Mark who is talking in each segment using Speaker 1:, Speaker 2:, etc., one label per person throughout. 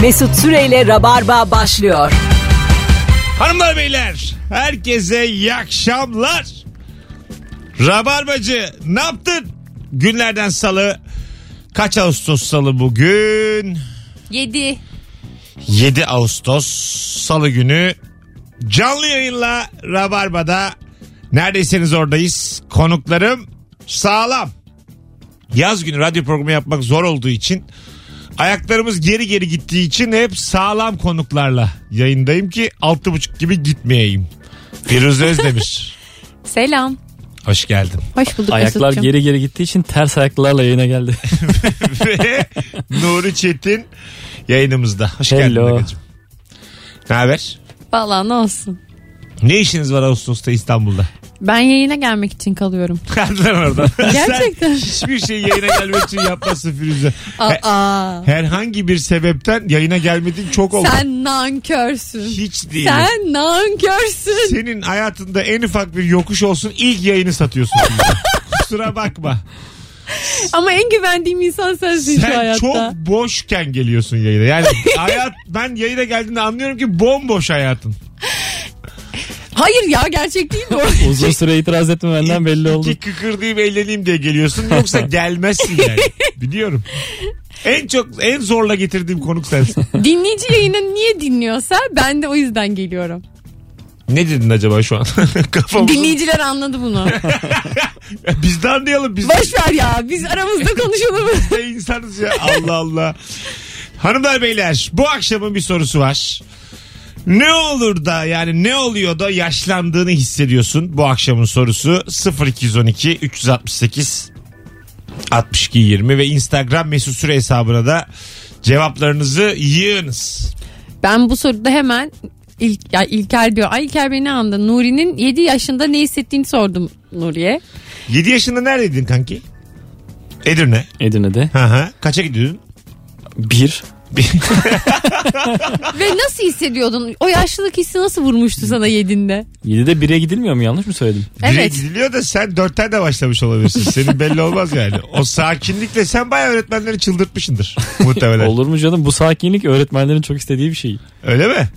Speaker 1: Mesut Süreyle Rabarba başlıyor.
Speaker 2: Hanımlar beyler herkese iyi akşamlar. Rabarbacı ne yaptın? Günlerden salı. Kaç Ağustos salı bugün?
Speaker 3: 7.
Speaker 2: 7 Ağustos salı günü canlı yayınla Rabarba'da neredeyseniz oradayız. Konuklarım sağlam. Yaz günü radyo programı yapmak zor olduğu için ayaklarımız geri geri gittiği için hep sağlam konuklarla yayındayım ki 6.30 gibi gitmeyeyim. Firuze Özdemir.
Speaker 3: Selam.
Speaker 2: Hoş geldin.
Speaker 3: Hoş bulduk
Speaker 4: Ayaklar
Speaker 3: Mesut'cum.
Speaker 4: geri geri gittiği için ters ayaklarla yayına geldi.
Speaker 2: Ve Nuri Çetin yayınımızda. Hoş
Speaker 4: Hello.
Speaker 2: geldin Agacığım. Ne haber?
Speaker 3: Valla ne olsun.
Speaker 2: Ne işiniz var Ağustos'ta İstanbul'da?
Speaker 3: Ben yayına gelmek için kalıyorum.
Speaker 2: Kaldılar oradan.
Speaker 3: Gerçekten.
Speaker 2: Sen hiçbir şey yayına gelmek için yapmazsın Firuze. He-
Speaker 3: Aa.
Speaker 2: herhangi bir sebepten yayına gelmediğin çok oldu.
Speaker 3: Sen nankörsün.
Speaker 2: Hiç değil.
Speaker 3: Sen nankörsün.
Speaker 2: Senin hayatında en ufak bir yokuş olsun ilk yayını satıyorsun. şimdi. Kusura bakma.
Speaker 3: Ama en güvendiğim insan sensin şu
Speaker 2: Sen
Speaker 3: hayatta.
Speaker 2: çok boşken geliyorsun yayına. Yani hayat ben yayına geldiğinde anlıyorum ki bomboş hayatın.
Speaker 3: Hayır ya gerçek değil mi o?
Speaker 4: Uzun süre itiraz etmemenden belli oldu.
Speaker 2: İki kıkırdayım eğleneyim diye geliyorsun. Yoksa gelmezsin yani. Biliyorum. En çok en zorla getirdiğim konuk sensin.
Speaker 3: Dinleyici yayını niye dinliyorsa ben de o yüzden geliyorum.
Speaker 2: Ne dedin acaba şu an? Kafamızı.
Speaker 3: Dinleyiciler anladı bunu.
Speaker 2: Biz de anlayalım. Biz de
Speaker 3: Boş ver ya biz aramızda konuşalım.
Speaker 2: Ne insanız ya Allah Allah. Hanımlar beyler bu akşamın bir sorusu var. Ne olur da yani ne oluyor da yaşlandığını hissediyorsun bu akşamın sorusu 0212 368 62 20 ve Instagram mesut süre hesabına da cevaplarınızı yığınız.
Speaker 3: Ben bu soruda hemen ilk ya İlker diyor. Ay İlker beni andı. Nuri'nin 7 yaşında ne hissettiğini sordum Nuri'ye.
Speaker 2: 7 yaşında neredeydin kanki? Edirne.
Speaker 4: Edirne'de.
Speaker 2: Hı hı. Kaça gidiyordun?
Speaker 4: Bir.
Speaker 3: Ve nasıl hissediyordun? O yaşlılık hissi nasıl vurmuştu sana yedinde?
Speaker 4: 7'de 1'e gidilmiyor mu? Yanlış mı söyledim?
Speaker 2: Bire
Speaker 3: Evet.
Speaker 2: gidiliyor da sen dörtten de başlamış olabilirsin. Senin belli olmaz yani. O sakinlikle sen bayağı öğretmenleri çıldırtmışsındır muhtemelen.
Speaker 4: Olur mu canım? Bu sakinlik öğretmenlerin çok istediği bir şey.
Speaker 2: Öyle mi?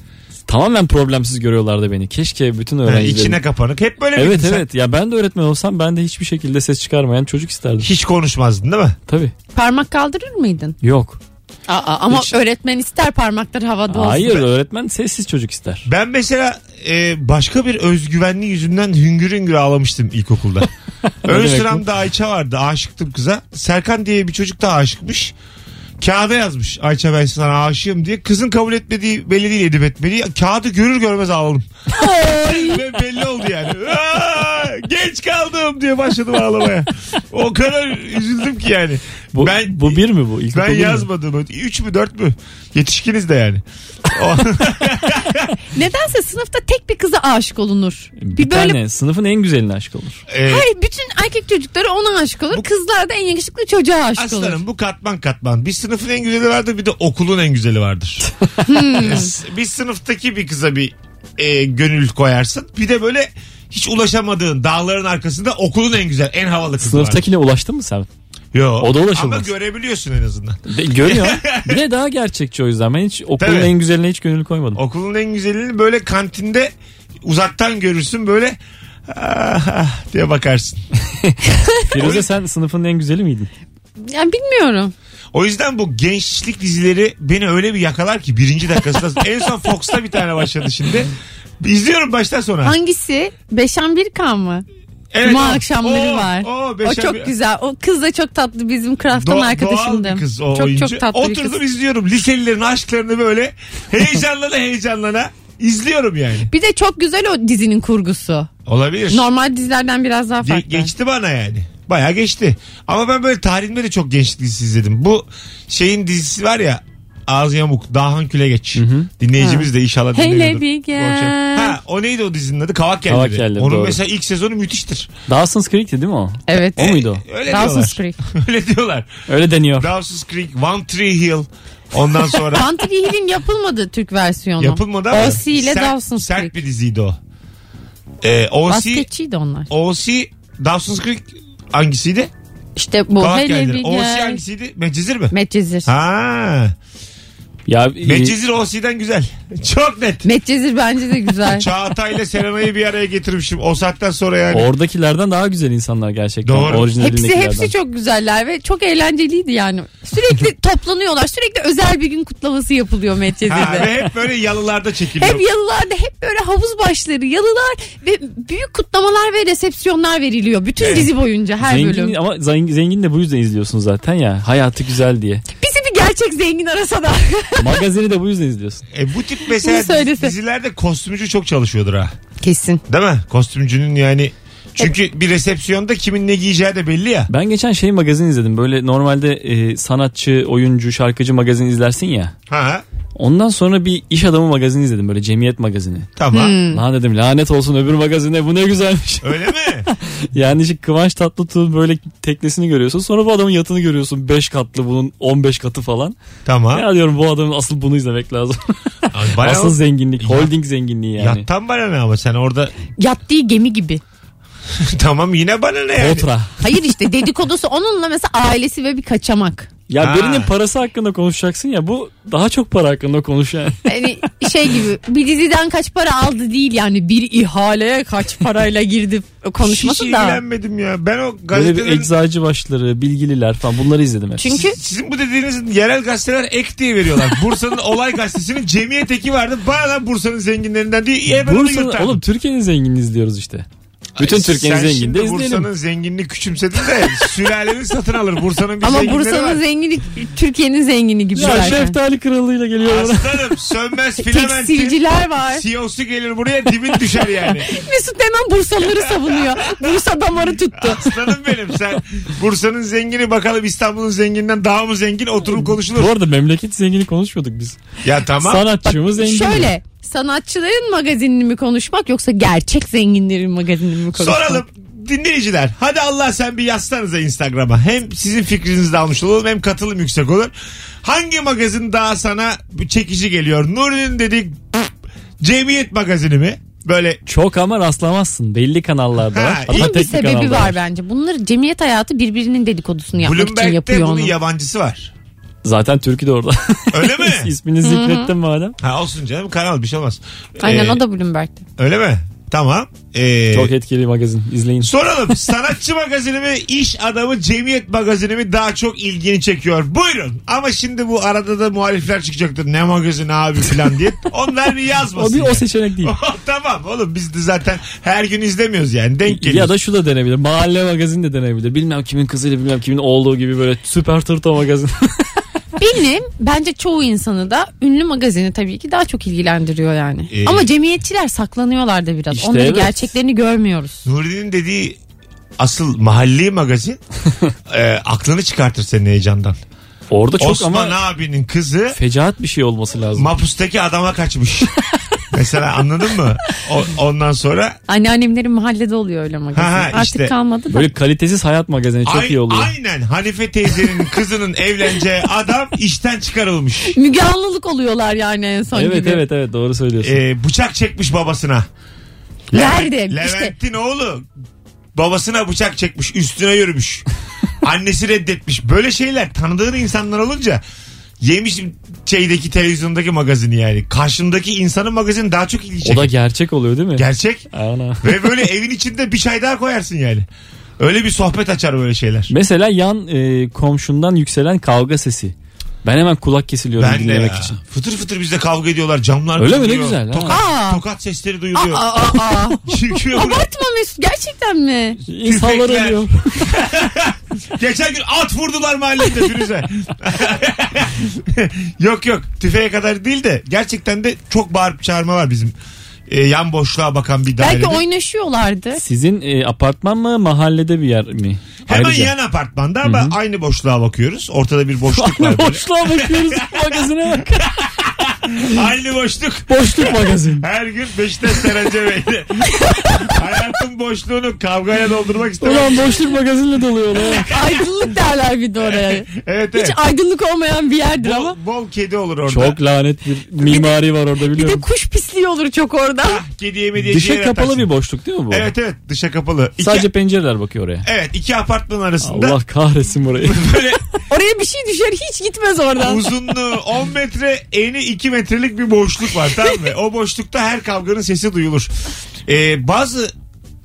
Speaker 4: Tamamen problemsiz görüyorlardı beni. Keşke bütün
Speaker 2: Yani
Speaker 4: öğrencilerim...
Speaker 2: içine kapanık. Hep böyle miydin
Speaker 4: Evet
Speaker 2: sen?
Speaker 4: evet. Ya ben de öğretmen olsam ben de hiçbir şekilde ses çıkarmayan çocuk isterdim.
Speaker 2: Hiç konuşmazdın değil mi?
Speaker 4: Tabii.
Speaker 3: Parmak kaldırır mıydın?
Speaker 4: Yok.
Speaker 3: Aa, ama
Speaker 4: Hiç-
Speaker 3: öğretmen ister parmakları havada olsun.
Speaker 4: Hayır öğretmen sessiz çocuk ister.
Speaker 2: Ben mesela e, başka bir özgüvenli yüzünden hüngür hüngür ağlamıştım ilkokulda. Ön
Speaker 4: demek bu?
Speaker 2: sıramda Ayça vardı. Aşıktım kıza. Serkan diye bir çocuk da aşıkmış. Kağıda yazmış Ayça ben sana aşığım diye. Kızın kabul etmediği belli değil edip etmediği. Kağıdı görür görmez ağladım. Ve belli oldu yani. Aa, geç kaldım diye başladım ağlamaya. O kadar üzüldüm ki yani.
Speaker 4: Bu,
Speaker 2: ben
Speaker 4: bu bir mi bu? İlkokul
Speaker 2: ben
Speaker 4: bir mi?
Speaker 2: yazmadım. Üç mü dört mü? Yetişkiniz de yani. O-
Speaker 3: Nedense sınıfta tek bir kıza aşık olunur.
Speaker 4: Bir,
Speaker 3: Bir, böyle
Speaker 4: tane sınıfın en güzeline aşık olur.
Speaker 2: Ee,
Speaker 3: Hayır, bütün erkek çocukları ona aşık olur. Kızlar da en yakışıklı çocuğa aşık olur.
Speaker 2: Aslanım bu katman katman. Bir sınıfın en güzeli vardır bir de okulun en güzeli vardır. bir sınıftaki bir kıza bir e, gönül koyarsın. Bir de böyle hiç ulaşamadığın dağların arkasında okulun en güzel en havalı kızı vardır.
Speaker 4: Sınıftakine ulaştın mı sen?
Speaker 2: Yo,
Speaker 4: o da ulaşılmaz.
Speaker 2: Ama görebiliyorsun en azından.
Speaker 4: De- görüyor. bir de daha gerçekçi o yüzden. Ben hiç okulun
Speaker 2: Tabii.
Speaker 4: en güzeline hiç gönül koymadım.
Speaker 2: Okulun en güzelini böyle kantinde uzaktan görürsün böyle "Ah, ah" diye bakarsın.
Speaker 4: Firuze sen sınıfın en güzeli miydin?
Speaker 3: Yani bilmiyorum.
Speaker 2: O yüzden bu gençlik dizileri beni öyle bir yakalar ki birinci dakikasında. en son Fox'ta bir tane başladı şimdi. İzliyorum baştan sona.
Speaker 3: Hangisi? Beşen bir kan mı? Cuma akşamları var. o çok güzel. O kız da çok tatlı bizim Kraft'tan arkadaşımdı.
Speaker 2: Doğal bir kız o
Speaker 3: çok
Speaker 2: oyuncu.
Speaker 3: çok tatlı bir
Speaker 2: Oturdum
Speaker 3: kız.
Speaker 2: izliyorum liselilerin aşklarını böyle heyecanlana heyecanlana izliyorum yani.
Speaker 3: Bir de çok güzel o dizinin kurgusu.
Speaker 2: Olabilir.
Speaker 3: Normal dizilerden biraz daha
Speaker 2: Ge-
Speaker 3: farklı.
Speaker 2: geçti bana yani. Bayağı geçti. Ama ben böyle tarihimde de çok gençlik dizisi izledim. Bu şeyin dizisi var ya Ağız Yamuk, Dahan Küle Geç. Dinleyicimiz de inşallah
Speaker 3: Hele
Speaker 2: dinliyordur.
Speaker 3: bir gel.
Speaker 2: Bu akşam. Ha, o neydi o dizinin adı? Kavak Kelleri.
Speaker 4: Kavak Kelleri,
Speaker 2: Onun
Speaker 4: doğru.
Speaker 2: mesela ilk sezonu müthiştir.
Speaker 4: Dawson's Creek'ti değil mi o?
Speaker 3: Evet.
Speaker 2: E,
Speaker 4: O muydu o?
Speaker 2: Öyle
Speaker 3: Dawson's
Speaker 2: diyorlar.
Speaker 3: Creek.
Speaker 2: Öyle diyorlar.
Speaker 4: Öyle deniyor.
Speaker 2: Dawson's Creek, One Tree Hill. Ondan sonra
Speaker 3: Pantry Hill'in yapılmadı Türk versiyonu.
Speaker 2: Yapılmadı ama.
Speaker 3: O.C. ile
Speaker 2: sert-
Speaker 3: Dawson's
Speaker 2: Sert
Speaker 3: Creek.
Speaker 2: bir diziydi o. Ee, O.C.
Speaker 3: Basketçiydi onlar.
Speaker 2: O.C. Dawson's Creek hangisiydi?
Speaker 3: İşte bu.
Speaker 2: Kavak
Speaker 3: Hele
Speaker 2: Yayları.
Speaker 3: bir
Speaker 2: O.C.
Speaker 3: gel.
Speaker 2: hangisiydi? Medcezir mi?
Speaker 3: Medcezir.
Speaker 2: ha.
Speaker 4: Ya e,
Speaker 2: Medcezir Osi'den güzel. Çok net.
Speaker 3: Medcezir bence de güzel.
Speaker 2: Çağatay'la Serenay'ı bir araya getirmişim. O saatten sonra yani.
Speaker 4: Oradakilerden daha güzel insanlar gerçekten.
Speaker 2: Doğru.
Speaker 3: hepsi
Speaker 4: Orijinalindekilerden.
Speaker 3: hepsi çok güzeller ve çok eğlenceliydi yani. Sürekli toplanıyorlar. Sürekli özel bir gün kutlaması yapılıyor
Speaker 2: ha,
Speaker 3: Medcezir'de.
Speaker 2: ve hep böyle yalılarda çekiliyor.
Speaker 3: Hep yalılarda hep böyle havuz başları yalılar ve büyük kutlamalar ve resepsiyonlar veriliyor. Bütün dizi boyunca her
Speaker 4: zengin,
Speaker 3: bölüm.
Speaker 4: Ama zengin, zengin de bu yüzden izliyorsun zaten ya. Hayatı güzel diye.
Speaker 3: Bizi bir gerçek zengin arasa da.
Speaker 4: Magazini de bu yüzden izliyorsun.
Speaker 2: E, bu tip
Speaker 3: Bunu
Speaker 2: mesela
Speaker 3: söylese.
Speaker 2: dizilerde kostümcü çok çalışıyordur ha.
Speaker 3: Kesin.
Speaker 2: Değil mi? Kostümcünün
Speaker 3: E-
Speaker 2: yani. Çünkü bir resepsiyonda kimin ne giyeceği de belli ya.
Speaker 4: Ben geçen şey magazin izledim. Böyle normalde e, sanatçı, oyuncu, şarkıcı magazin izlersin ya.
Speaker 2: Ha
Speaker 4: Ondan sonra bir iş adamı magazini izledim. Böyle cemiyet magazini.
Speaker 2: tamam.
Speaker 4: Lan dedim lanet olsun öbür magazine bu ne güzelmiş.
Speaker 2: Öyle mi?
Speaker 4: yani işte Kıvanç Tatlıtuğ'un böyle teknesini görüyorsun. Sonra bu adamın yatını görüyorsun. 5 katlı bunun 15 katı falan.
Speaker 2: Tamam.
Speaker 4: Ya diyorum bu adamın asıl bunu izlemek lazım.
Speaker 2: Ay, bayağı-
Speaker 4: asıl zenginlik.
Speaker 2: Ya-
Speaker 4: Holding zenginliği yani.
Speaker 2: Yattan bana ne ama sen orada
Speaker 3: Yattığı gemi gibi.
Speaker 2: tamam yine bana ne yani.
Speaker 4: Otra.
Speaker 3: Hayır işte dedikodusu onunla mesela ailesi ve bir kaçamak.
Speaker 4: Ya
Speaker 2: Ha.
Speaker 4: birinin parası hakkında konuşacaksın ya bu daha çok para hakkında konuş yani.
Speaker 3: Yani şey gibi bir diziden kaç para aldı değil yani bir ihaleye kaç parayla girdi konuşması
Speaker 2: Hiç
Speaker 3: da.
Speaker 2: ilgilenmedim ya. Ben o
Speaker 4: Böyle bir
Speaker 2: gazetelerin
Speaker 4: eczacı başları, bilgililer falan bunları izledim hep.
Speaker 3: Çünkü
Speaker 2: Sizin bu dediğiniz yerel gazeteler ek diye veriyorlar. Bursa'nın olay gazetesinin cemiyet eki vardı. Bana lan Bursa'nın zenginlerinden diye. E, ben onu
Speaker 4: Bursa'nın,
Speaker 2: yırtardım.
Speaker 4: oğlum Türkiye'nin zenginini izliyoruz işte. Bütün Türkiye'nin
Speaker 2: Sen
Speaker 4: zengini de
Speaker 2: şimdi
Speaker 4: izleyelim.
Speaker 2: Bursa'nın zenginliğini küçümsedin de sülaleni satın alır. Bursa'nın bir
Speaker 3: ama
Speaker 2: zenginleri var.
Speaker 3: Bursa'nın zengini Türkiye'nin zengini gibi.
Speaker 4: Ya
Speaker 3: zaten.
Speaker 4: şeftali kralıyla geliyor bana.
Speaker 2: Aslanım sönmez filamentin.
Speaker 3: Tekstilciler var.
Speaker 2: CEO'su E gelir buraya dibin düşer yani.
Speaker 3: Mesut hemen Bursalıları savunuyor. Bursa damarı tuttu.
Speaker 2: Aslanım benim sen Bursa'nın zengini bakalım İstanbul'un zengininden daha mı zengin oturup konuşulur.
Speaker 4: Bu arada memleket zengini konuşmuyorduk biz.
Speaker 2: Ya tamam.
Speaker 4: Sanatçımız zengin. mi?
Speaker 3: Şöyle sanatçıların magazinini mi konuşmak yoksa gerçek zenginlerin magazinini mi konuşmak?
Speaker 2: Soralım dinleyiciler. Hadi Allah sen bir yazsanıza Instagram'a. Hem sizin fikrinizi de almış olalım hem katılım yüksek olur. Hangi magazin daha sana çekici geliyor? Nuri'nin dedik Cemiyet magazini mi? Böyle
Speaker 4: Çok ama rastlamazsın. Belli kanallarda
Speaker 2: Ha,
Speaker 4: var. Hatta
Speaker 2: iyi
Speaker 3: Bunun bir
Speaker 4: teknik
Speaker 3: sebebi
Speaker 4: kanalda
Speaker 3: var bence. Bunları cemiyet hayatı birbirinin dedikodusunu yapmak için
Speaker 2: Bloomberg'de
Speaker 3: yapıyor
Speaker 2: bunun
Speaker 3: onu.
Speaker 2: yabancısı var.
Speaker 4: Zaten türkü de orada.
Speaker 2: Öyle mi?
Speaker 4: İsmini zikrettim madem.
Speaker 2: Ha olsun canım kanal bir şey olmaz.
Speaker 3: Aynen
Speaker 2: Ee,
Speaker 3: o da Bloomberg'de.
Speaker 2: Öyle mi? Tamam. Ee,
Speaker 4: Çok etkili magazin. İzleyin.
Speaker 2: Soralım sanatçı magazini mi iş adamı cemiyet magazini mi daha çok ilgini çekiyor buyurun ama şimdi bu arada da muhalifler çıkacaktır ne magazin abi falan diye onlar bir
Speaker 4: O
Speaker 2: yazmasın
Speaker 4: bir o
Speaker 2: yani.
Speaker 4: seçenek
Speaker 2: Oh,
Speaker 4: değil.
Speaker 2: tamam oğlum biz de zaten her gün izlemiyoruz yani denk geliyor.
Speaker 4: Ya da şu da denebilir. Mahalle magazin de denebilir. Bilmem kimin kızıyla bilmem kimin oğlu gibi böyle süper tırto magazin.
Speaker 3: Benim bence çoğu insanı da ünlü magazini tabii ki daha çok ilgilendiriyor yani.
Speaker 2: Ee,
Speaker 3: Ama cemiyetçiler saklanıyorlar da biraz.
Speaker 4: İşte
Speaker 3: Onların
Speaker 4: evet.
Speaker 3: gerçeklerini görmüyoruz.
Speaker 2: Nuri'nin dediği asıl mahalli magazin e, aklını çıkartır senin heyecandan.
Speaker 4: Orada çok
Speaker 2: Osman
Speaker 4: ama
Speaker 2: abinin kızı
Speaker 4: fecaat bir şey olması lazım.
Speaker 2: mapustaki adama kaçmış. Mesela anladın mı? O- ondan sonra
Speaker 3: Anneannemlerin mahallede oluyor öyle magazin.
Speaker 2: Ha ha,
Speaker 3: Artık
Speaker 2: işte.
Speaker 3: kalmadı da.
Speaker 4: Böyle kalitesiz hayat magazini çok
Speaker 2: Ay-
Speaker 4: iyi oluyor.
Speaker 2: Aynen Hanife teyzenin kızının evleneceği adam işten çıkarılmış.
Speaker 3: Müge Anlılık oluyorlar yani en son
Speaker 4: evet
Speaker 3: gibi.
Speaker 4: evet evet doğru söylüyorsun.
Speaker 2: Ee, bıçak çekmiş babasına.
Speaker 3: Nerede? İşte
Speaker 2: Levent'in oğlu babasına bıçak çekmiş üstüne yürümüş. Annesi reddetmiş. Böyle şeyler tanıdığın insanlar olunca yemişim şeydeki televizyondaki magazini yani. Karşındaki insanın magazini daha çok ilgi
Speaker 4: o
Speaker 2: çekiyor.
Speaker 4: da gerçek oluyor değil mi?
Speaker 2: Gerçek.
Speaker 4: Ana.
Speaker 2: Ve böyle evin içinde bir çay daha koyarsın yani. Öyle bir sohbet açar böyle şeyler.
Speaker 4: Mesela yan e, komşundan yükselen kavga sesi. Ben hemen kulak kesiliyorum
Speaker 2: Ben de
Speaker 4: dinlemek
Speaker 2: ya.
Speaker 4: için.
Speaker 2: Fıtır fıtır bizde kavga ediyorlar. Camlar
Speaker 4: Öyle mi? Ne
Speaker 2: kırılıyor.
Speaker 4: güzel ha.
Speaker 2: Tokat,
Speaker 3: Aa.
Speaker 2: tokat sesleri duyuluyor.
Speaker 3: Aa, aa, aa.
Speaker 2: Çıkıyor.
Speaker 3: Abartma Mesut gerçekten mi?
Speaker 4: İnsanlar
Speaker 2: Tüfekler.
Speaker 4: ölüyor.
Speaker 2: Geçen gün at vurdular mahallede Firuze. yok yok tüfeğe kadar değil de gerçekten de çok bağırıp çağırma var bizim. e, yan boşluğa bakan bir dairede.
Speaker 3: Belki oynaşıyorlardı.
Speaker 4: Sizin e, apartman mı mahallede bir yer mi?
Speaker 2: Hemen
Speaker 4: Ayrıca.
Speaker 2: yan apartmanda ama aynı boşluğa bakıyoruz. Ortada bir boşluk var. böyle.
Speaker 4: Boşluğa bakıyoruz magazine bak.
Speaker 2: aynı boşluk.
Speaker 4: Boşluk magazin.
Speaker 2: Her gün Beşiktaş Serence Bey'de. Hayatım boşluğunu kavgaya doldurmak istemem.
Speaker 4: Ulan boşluk magazinle doluyor lan.
Speaker 3: Aydınlık derler bir de oraya.
Speaker 2: evet
Speaker 3: Hiç
Speaker 2: evet.
Speaker 3: aydınlık olmayan bir yerdir ama.
Speaker 2: Bol, bol kedi olur orada.
Speaker 4: Çok lanet bir mimari var orada
Speaker 3: Bir de
Speaker 4: biliyorum.
Speaker 3: kuş pisliği olur çok orada.
Speaker 2: Kedi yemi diye
Speaker 4: Dışa kapalı bir boşluk değil mi bu?
Speaker 2: Evet evet dışa kapalı. İki,
Speaker 4: Sadece pencereler bakıyor oraya.
Speaker 2: Evet iki apartman arasında
Speaker 4: Allah kahretsin burayı.
Speaker 2: böyle
Speaker 3: Oraya bir şey düşer hiç gitmez oradan.
Speaker 2: uzunluğu 10 metre eni 2 metrelik bir boşluk var tamam mı? O boşlukta her kavganın sesi duyulur. Ee, bazı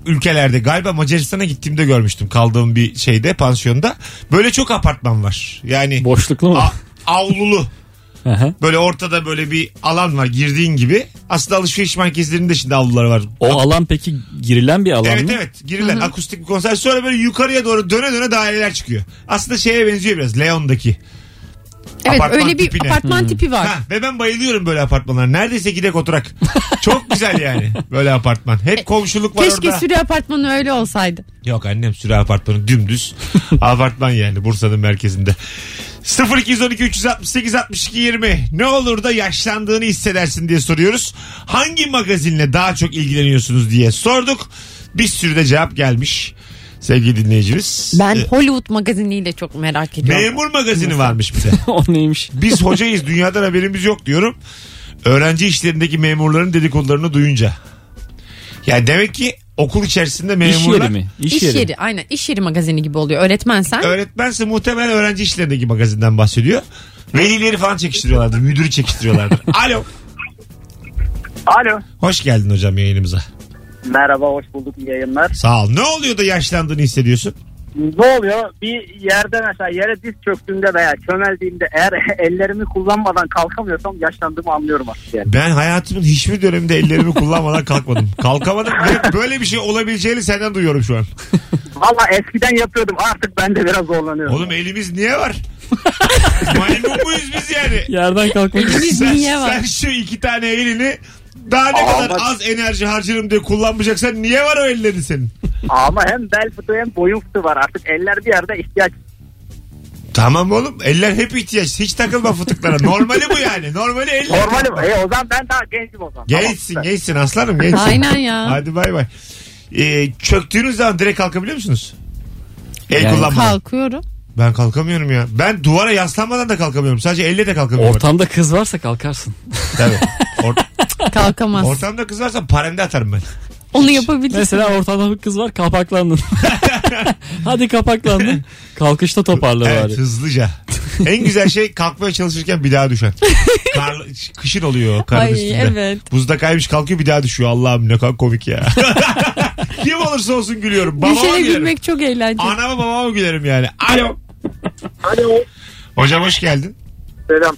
Speaker 2: ülkelerde galiba Macaristan'a gittiğimde görmüştüm kaldığım bir şeyde pansiyonda. Böyle çok apartman var. Yani
Speaker 4: Boşluklu mu?
Speaker 2: a- avlulu
Speaker 4: Hı hı.
Speaker 2: böyle ortada böyle bir alan var girdiğin gibi. Aslında alışveriş merkezlerinde şimdi avlular var.
Speaker 4: o alan peki girilen bir alan
Speaker 2: Evet
Speaker 4: mı?
Speaker 2: evet girilen akustik bir konser sonra böyle yukarıya doğru döne döne daireler çıkıyor. Aslında şeye benziyor biraz Leon'daki.
Speaker 3: Evet
Speaker 2: Apartman
Speaker 3: öyle bir
Speaker 2: tipine.
Speaker 3: apartman tipi var.
Speaker 2: Ha, ve ben bayılıyorum böyle apartmanlara. Neredeyse gidek oturak. Çok güzel yani böyle apartman. Hep komşuluk var
Speaker 3: E, Keşke
Speaker 2: orada.
Speaker 3: sürü apartmanı öyle olsaydı.
Speaker 2: Yok annem sürü apartmanı dümdüz. apartman yani Bursa'nın merkezinde. 0212 368 62 20 ne olur da yaşlandığını hissedersin diye soruyoruz. Hangi magazinle daha çok ilgileniyorsunuz diye sorduk. Bir sürü de cevap gelmiş sevgili dinleyicimiz.
Speaker 3: Ben
Speaker 2: Ee,
Speaker 3: Hollywood magaziniyle çok merak ediyorum.
Speaker 2: Memur magazini varmış bize.
Speaker 4: o neymiş?
Speaker 2: Biz hocayız dünyadan haberimiz yok diyorum. Öğrenci işlerindeki memurların dedikodularını duyunca. Yani demek ki okul içerisinde
Speaker 4: İş
Speaker 2: memurlar...
Speaker 4: yeri mi?
Speaker 3: İş, yeri. aynen iş yeri magazini gibi oluyor. Öğretmen sen.
Speaker 2: Öğretmense muhtemelen öğrenci işlerindeki magazinden bahsediyor. Velileri falan çekiştiriyorlardır. Müdürü çekiştiriyorlardır. Alo.
Speaker 5: Alo.
Speaker 2: Hoş geldin hocam yayınımıza.
Speaker 5: Merhaba hoş bulduk iyi yayınlar.
Speaker 2: Sağ ol. Ne oluyor da yaşlandığını hissediyorsun?
Speaker 5: Ne oluyor? Bir yerde mesela yere diz çöktüğümde veya çömeldiğimde eğer ellerimi kullanmadan kalkamıyorsam yaşlandığımı anlıyorum aslında. Yani.
Speaker 2: Ben hayatımın hiçbir döneminde ellerimi kullanmadan kalkmadım. Kalkamadım ve böyle bir şey olabileceğini senden duyuyorum şu an.
Speaker 5: Valla eskiden yapıyordum artık ben de biraz zorlanıyorum.
Speaker 2: Oğlum elimiz niye var? Maymun muyuz biz yani?
Speaker 4: Yerden kalkmak
Speaker 3: Elimiz
Speaker 2: sen,
Speaker 3: niye var?
Speaker 2: sen şu iki tane elini daha ne
Speaker 5: Aa,
Speaker 2: kadar
Speaker 5: bak-
Speaker 2: az enerji harcarım diye kullanmayacaksan niye var o ellerin senin?
Speaker 5: Ama hem bel fıtığı hem boyun fıtığı var artık eller bir yerde ihtiyaç.
Speaker 2: Tamam oğlum eller hep ihtiyaç. Hiç takılma fıtıklara. Normali bu yani. Normali eller.
Speaker 5: Normali bu. E, o zaman ben daha gencim o zaman.
Speaker 2: Gençsin
Speaker 5: Tamam.
Speaker 2: gençsin aslanım gençsin.
Speaker 3: Aynen ya.
Speaker 2: Hadi bay bay. Ee, çöktüğünüz zaman direkt kalkabiliyor musunuz? El
Speaker 4: Yani-
Speaker 2: kullanmadan.
Speaker 3: Kalkıyorum.
Speaker 2: Ben kalkamıyorum ya. Ben duvara yaslanmadan da kalkamıyorum. Sadece elle de kalkamıyorum.
Speaker 4: Ortamda kız varsa kalkarsın.
Speaker 2: Tabii. Or-
Speaker 3: Kalkamaz.
Speaker 2: ortamda kız varsa parende atarım ben.
Speaker 3: Onu yapabilirsin.
Speaker 4: Mesela ortamda bir kız var kapaklandın. Hadi kapaklandın. Kalkışta toparla
Speaker 2: Evet
Speaker 4: bari.
Speaker 2: hızlıca. en güzel şey kalkmaya çalışırken bir daha düşen. Kar, kışın oluyor karın
Speaker 3: Ay,
Speaker 2: üstünde.
Speaker 3: evet.
Speaker 2: Buzda kaymış kalkıyor bir daha düşüyor. Allah'ım ne kadar komik ya. Kim olursa olsun gülüyorum. Babama
Speaker 3: Düşene
Speaker 2: gülerim.
Speaker 3: gülmek şey çok eğlenceli.
Speaker 2: Anama babama gülerim yani. Alo.
Speaker 5: Alo.
Speaker 2: Hocam hoş geldin.
Speaker 5: Selam.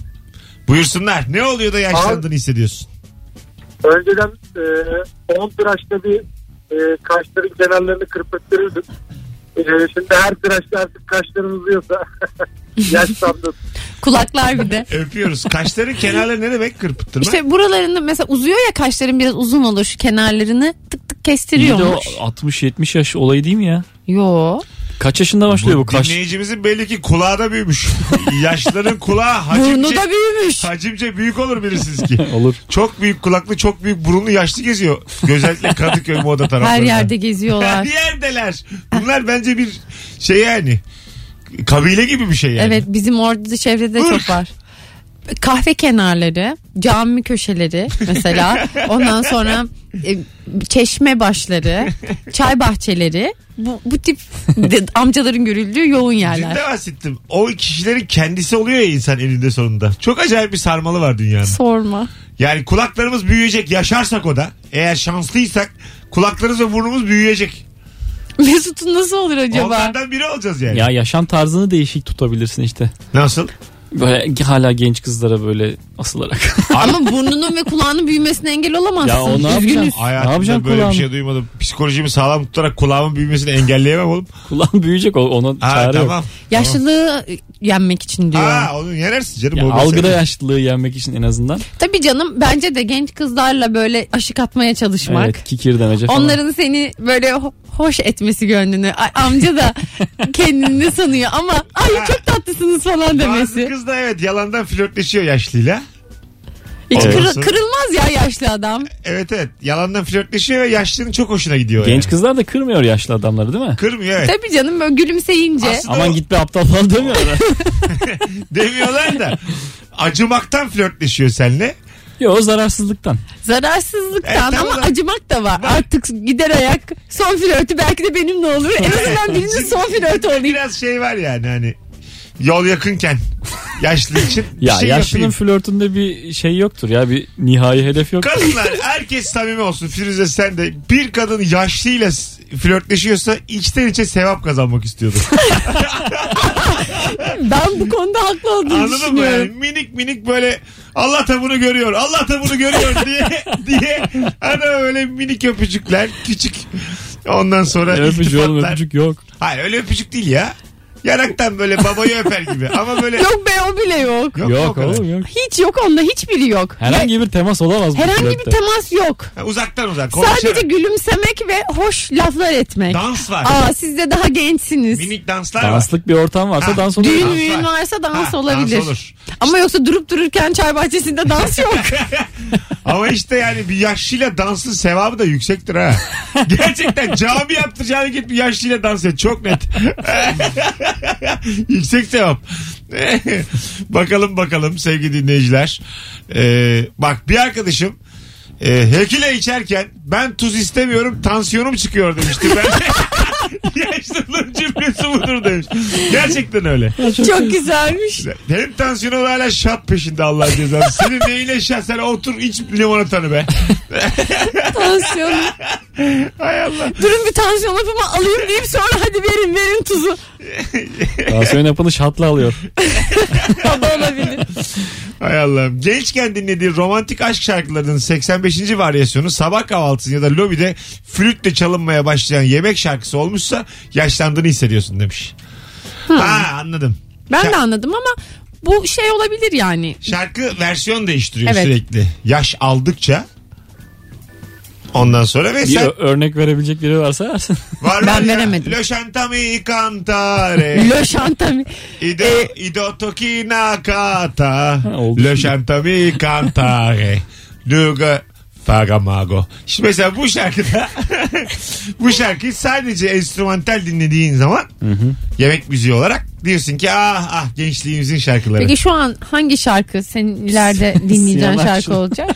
Speaker 2: Buyursunlar. Ne oluyor da yaşlandığını hissediyorsun?
Speaker 5: Önceden 10 tıraşta bir e, kaşların kenarlarını kırpıttırırdık. E, şimdi her tıraşta artık kaşların uzuyorsa yaşlandım.
Speaker 3: Kulaklar bir de.
Speaker 2: Öpüyoruz. Kaşların kenarları ne demek kırpıttırma?
Speaker 3: İşte buralarında mesela uzuyor ya kaşların biraz uzun olur şu kenarlarını tık tık
Speaker 4: İyi de o
Speaker 3: kestiriyormuş.
Speaker 4: 60-70 yaş olayı değil mi ya?
Speaker 3: Yo.
Speaker 4: Kaç yaşında başlıyor bu, kaş?
Speaker 2: Dinleyicimizin belli ki kulağı da büyümüş. Yaşların kulağı
Speaker 3: Burnu
Speaker 2: hacimce,
Speaker 3: da büyümüş.
Speaker 2: hacimce büyük olur bilirsiniz ki.
Speaker 4: Olur.
Speaker 2: Çok büyük kulaklı, çok büyük burunlu yaşlı geziyor. Özellikle Kadıköy moda taraflarında.
Speaker 3: Her yerde
Speaker 2: Her
Speaker 3: geziyorlar.
Speaker 2: yerdeler. Bunlar bence bir şey yani. Kabile gibi bir şey yani.
Speaker 3: Evet bizim orada çevrede
Speaker 2: Irk.
Speaker 3: çok var. Kahve kenarları, cami köşeleri mesela. Ondan sonra e, çeşme başları, çay bahçeleri. Bu, bu tip de- amcaların görüldüğü yoğun yerler.
Speaker 2: Ciddi bahsettim. O kişilerin kendisi oluyor ya insan elinde sonunda. Çok acayip bir sarmalı var dünyanın.
Speaker 3: Sorma.
Speaker 2: Yani kulaklarımız büyüyecek yaşarsak o da. Eğer şanslıysak kulaklarımız ve burnumuz büyüyecek.
Speaker 3: Mesut'un nasıl olur acaba?
Speaker 2: Onlardan biri olacağız yani.
Speaker 4: Ya yaşam tarzını değişik tutabilirsin işte.
Speaker 2: Nasıl?
Speaker 4: Böyle hala genç kızlara böyle asılarak.
Speaker 3: Ama burnunun ve kulağının büyümesine engel olamazsın.
Speaker 4: Ya o ne
Speaker 3: Üzgünüz.
Speaker 4: yapacağım? Ne
Speaker 2: Hayatımda
Speaker 4: yapacağım
Speaker 2: böyle
Speaker 4: kulağımı?
Speaker 2: bir şey duymadım. Psikolojimi sağlam tutarak kulağımın büyümesini engelleyemem oğlum.
Speaker 4: Kulağın büyüyecek o- ona
Speaker 2: Ha,
Speaker 4: çare yok.
Speaker 2: tamam.
Speaker 3: Yaşlılığı yenmek için diyor.
Speaker 2: Ha onu yenersin canım.
Speaker 4: Ya
Speaker 2: o
Speaker 4: algıda
Speaker 2: mesele.
Speaker 4: yaşlılığı yenmek için en azından.
Speaker 3: Tabii canım bence de genç kızlarla böyle aşık atmaya çalışmak.
Speaker 4: Evet kikir demece falan.
Speaker 3: Onların seni böyle ho- hoş etmesi gönlünü. Ay, amca da kendini ne sanıyor ama ay çok tatlısınız falan
Speaker 2: Bazı
Speaker 3: demesi.
Speaker 2: kız da evet yalandan flörtleşiyor yaşlıyla.
Speaker 3: Hiç
Speaker 2: Olmasın.
Speaker 3: kırı- kırılmaz ya yaşlı adam.
Speaker 2: Evet evet. Yalandan flörtleşiyor ve yaşlının çok hoşuna gidiyor.
Speaker 4: Genç
Speaker 2: yani.
Speaker 4: kızlar da kırmıyor yaşlı adamları değil mi?
Speaker 2: Kırmıyor evet.
Speaker 3: Tabii canım böyle gülümseyince.
Speaker 2: Aslında-
Speaker 4: Aman git be aptal falan demiyorlar.
Speaker 2: Demiyorlar da. Acımaktan flörtleşiyor seninle.
Speaker 4: Yok zararsızlıktan.
Speaker 3: Zararsızlıktan
Speaker 2: Evet,
Speaker 3: ama
Speaker 2: E, tamam.
Speaker 3: acımak da var. Artık gider ayak. Son flörtü belki de benim ne olur. En azından birinin son flörtü olayım.
Speaker 2: Biraz şey var yani hani yol yakınken yaşlı için bir
Speaker 4: Ya
Speaker 2: şey
Speaker 4: yaşlının
Speaker 2: yapayım.
Speaker 4: flörtünde bir şey yoktur ya bir nihai hedef yok.
Speaker 2: Kadınlar herkes samimi olsun Firuze sen de bir kadın yaşlıyla s- flörtleşiyorsa içten içe sevap kazanmak istiyordur.
Speaker 3: Ben bu konuda haklı olduğunu
Speaker 2: Anladın mı? Yani
Speaker 3: düşünüyorum.
Speaker 2: minik minik böyle Allah da bunu görüyor. Allah da bunu görüyor diye diye hani öyle minik öpücükler küçük. Ondan sonra
Speaker 4: öpücük oğlum
Speaker 2: iltifatlar.
Speaker 4: öpücük yok.
Speaker 2: Hayır öyle öpücük değil ya. Yanaktan böyle babayı öper gibi ama böyle
Speaker 3: Yok be o bile yok.
Speaker 4: Yok,
Speaker 2: o kadar.
Speaker 4: oğlum yok.
Speaker 3: Hiç yok onda hiçbiri yok.
Speaker 4: Herhangi bir temas olamaz bu
Speaker 3: Herhangi bir
Speaker 4: flörtte.
Speaker 3: temas yok.
Speaker 2: Ha, Uzaktan uzak.
Speaker 3: Sadece
Speaker 2: konuşarak.
Speaker 3: gülümsemek ve hoş laflar etmek.
Speaker 2: dans var.
Speaker 3: Aa siz de daha gençsiniz.
Speaker 2: Minik danslar var.
Speaker 4: Danslık bir ortam varsa
Speaker 2: Ha.
Speaker 4: dans olur.
Speaker 3: Düğün
Speaker 2: Dans var.
Speaker 3: müğün varsa
Speaker 2: Ha,
Speaker 3: dans
Speaker 2: dans
Speaker 3: olabilir.
Speaker 2: olur.
Speaker 3: Ama yoksa durup dururken çay bahçesinde dans yok.
Speaker 2: Ama işte yani bir yaşlıyla dansın sevabı da yüksektir ha. Gerçekten cami yaptıracağını git bir yaşlıyla dans et. Çok net. Yüksek sevap. bakalım bakalım sevgili dinleyiciler. Ee, bak bir arkadaşım e, hekile içerken ben tuz istemiyorum tansiyonum çıkıyor demişti. Ben Yaşlılığın cümlesi budur demiş. Gerçekten öyle.
Speaker 3: Çok güzelmiş.
Speaker 2: Hem tansiyonu var, hala şat peşinde Allah cezası. Senin neyine şat sen otur iç limonatanı be.
Speaker 3: Tansiyonu.
Speaker 2: Hay Allah.
Speaker 3: Durun bir tansiyon hapımı alayım deyip sonra hadi verin verin tuzu.
Speaker 4: Tansiyon yapanı şatla alıyor.
Speaker 3: O da olabilir.
Speaker 2: Hay Allah'ım. Gençken dinlediği romantik aşk şarkılarının 85. varyasyonu sabah kahvaltısında ya da lobide flütle çalınmaya başlayan yemek şarkısı olmuşsa yaşlandığını hissediyorsun demiş. Ha anladım.
Speaker 3: Ben de anladım ama bu şey olabilir yani.
Speaker 2: Şarkı versiyon değiştiriyor
Speaker 3: Evet.
Speaker 2: sürekli. Yaş aldıkça Ondan sonra ve
Speaker 4: Bir
Speaker 2: sen
Speaker 4: ö- örnek verebilecek biri varsa versin.
Speaker 2: var
Speaker 3: Ben
Speaker 2: ya,
Speaker 3: veremedim.
Speaker 2: Lo shantami cantare.
Speaker 3: Le chantami.
Speaker 2: İdo,
Speaker 3: Ee,
Speaker 2: ido toki nakata. Le
Speaker 4: oldu şimdi.
Speaker 2: shantami cantare. Luga Fagamago. Şimdi mesela bu şarkıda bu şarkıyı sadece enstrümantal dinlediğin zaman yemek müziği olarak diyorsun ki ah ah gençliğimizin şarkıları.
Speaker 3: Peki şu an hangi şarkı senin ileride dinleyeceğin
Speaker 4: Sinan
Speaker 3: şarkı
Speaker 4: Akçıl.
Speaker 3: olacak?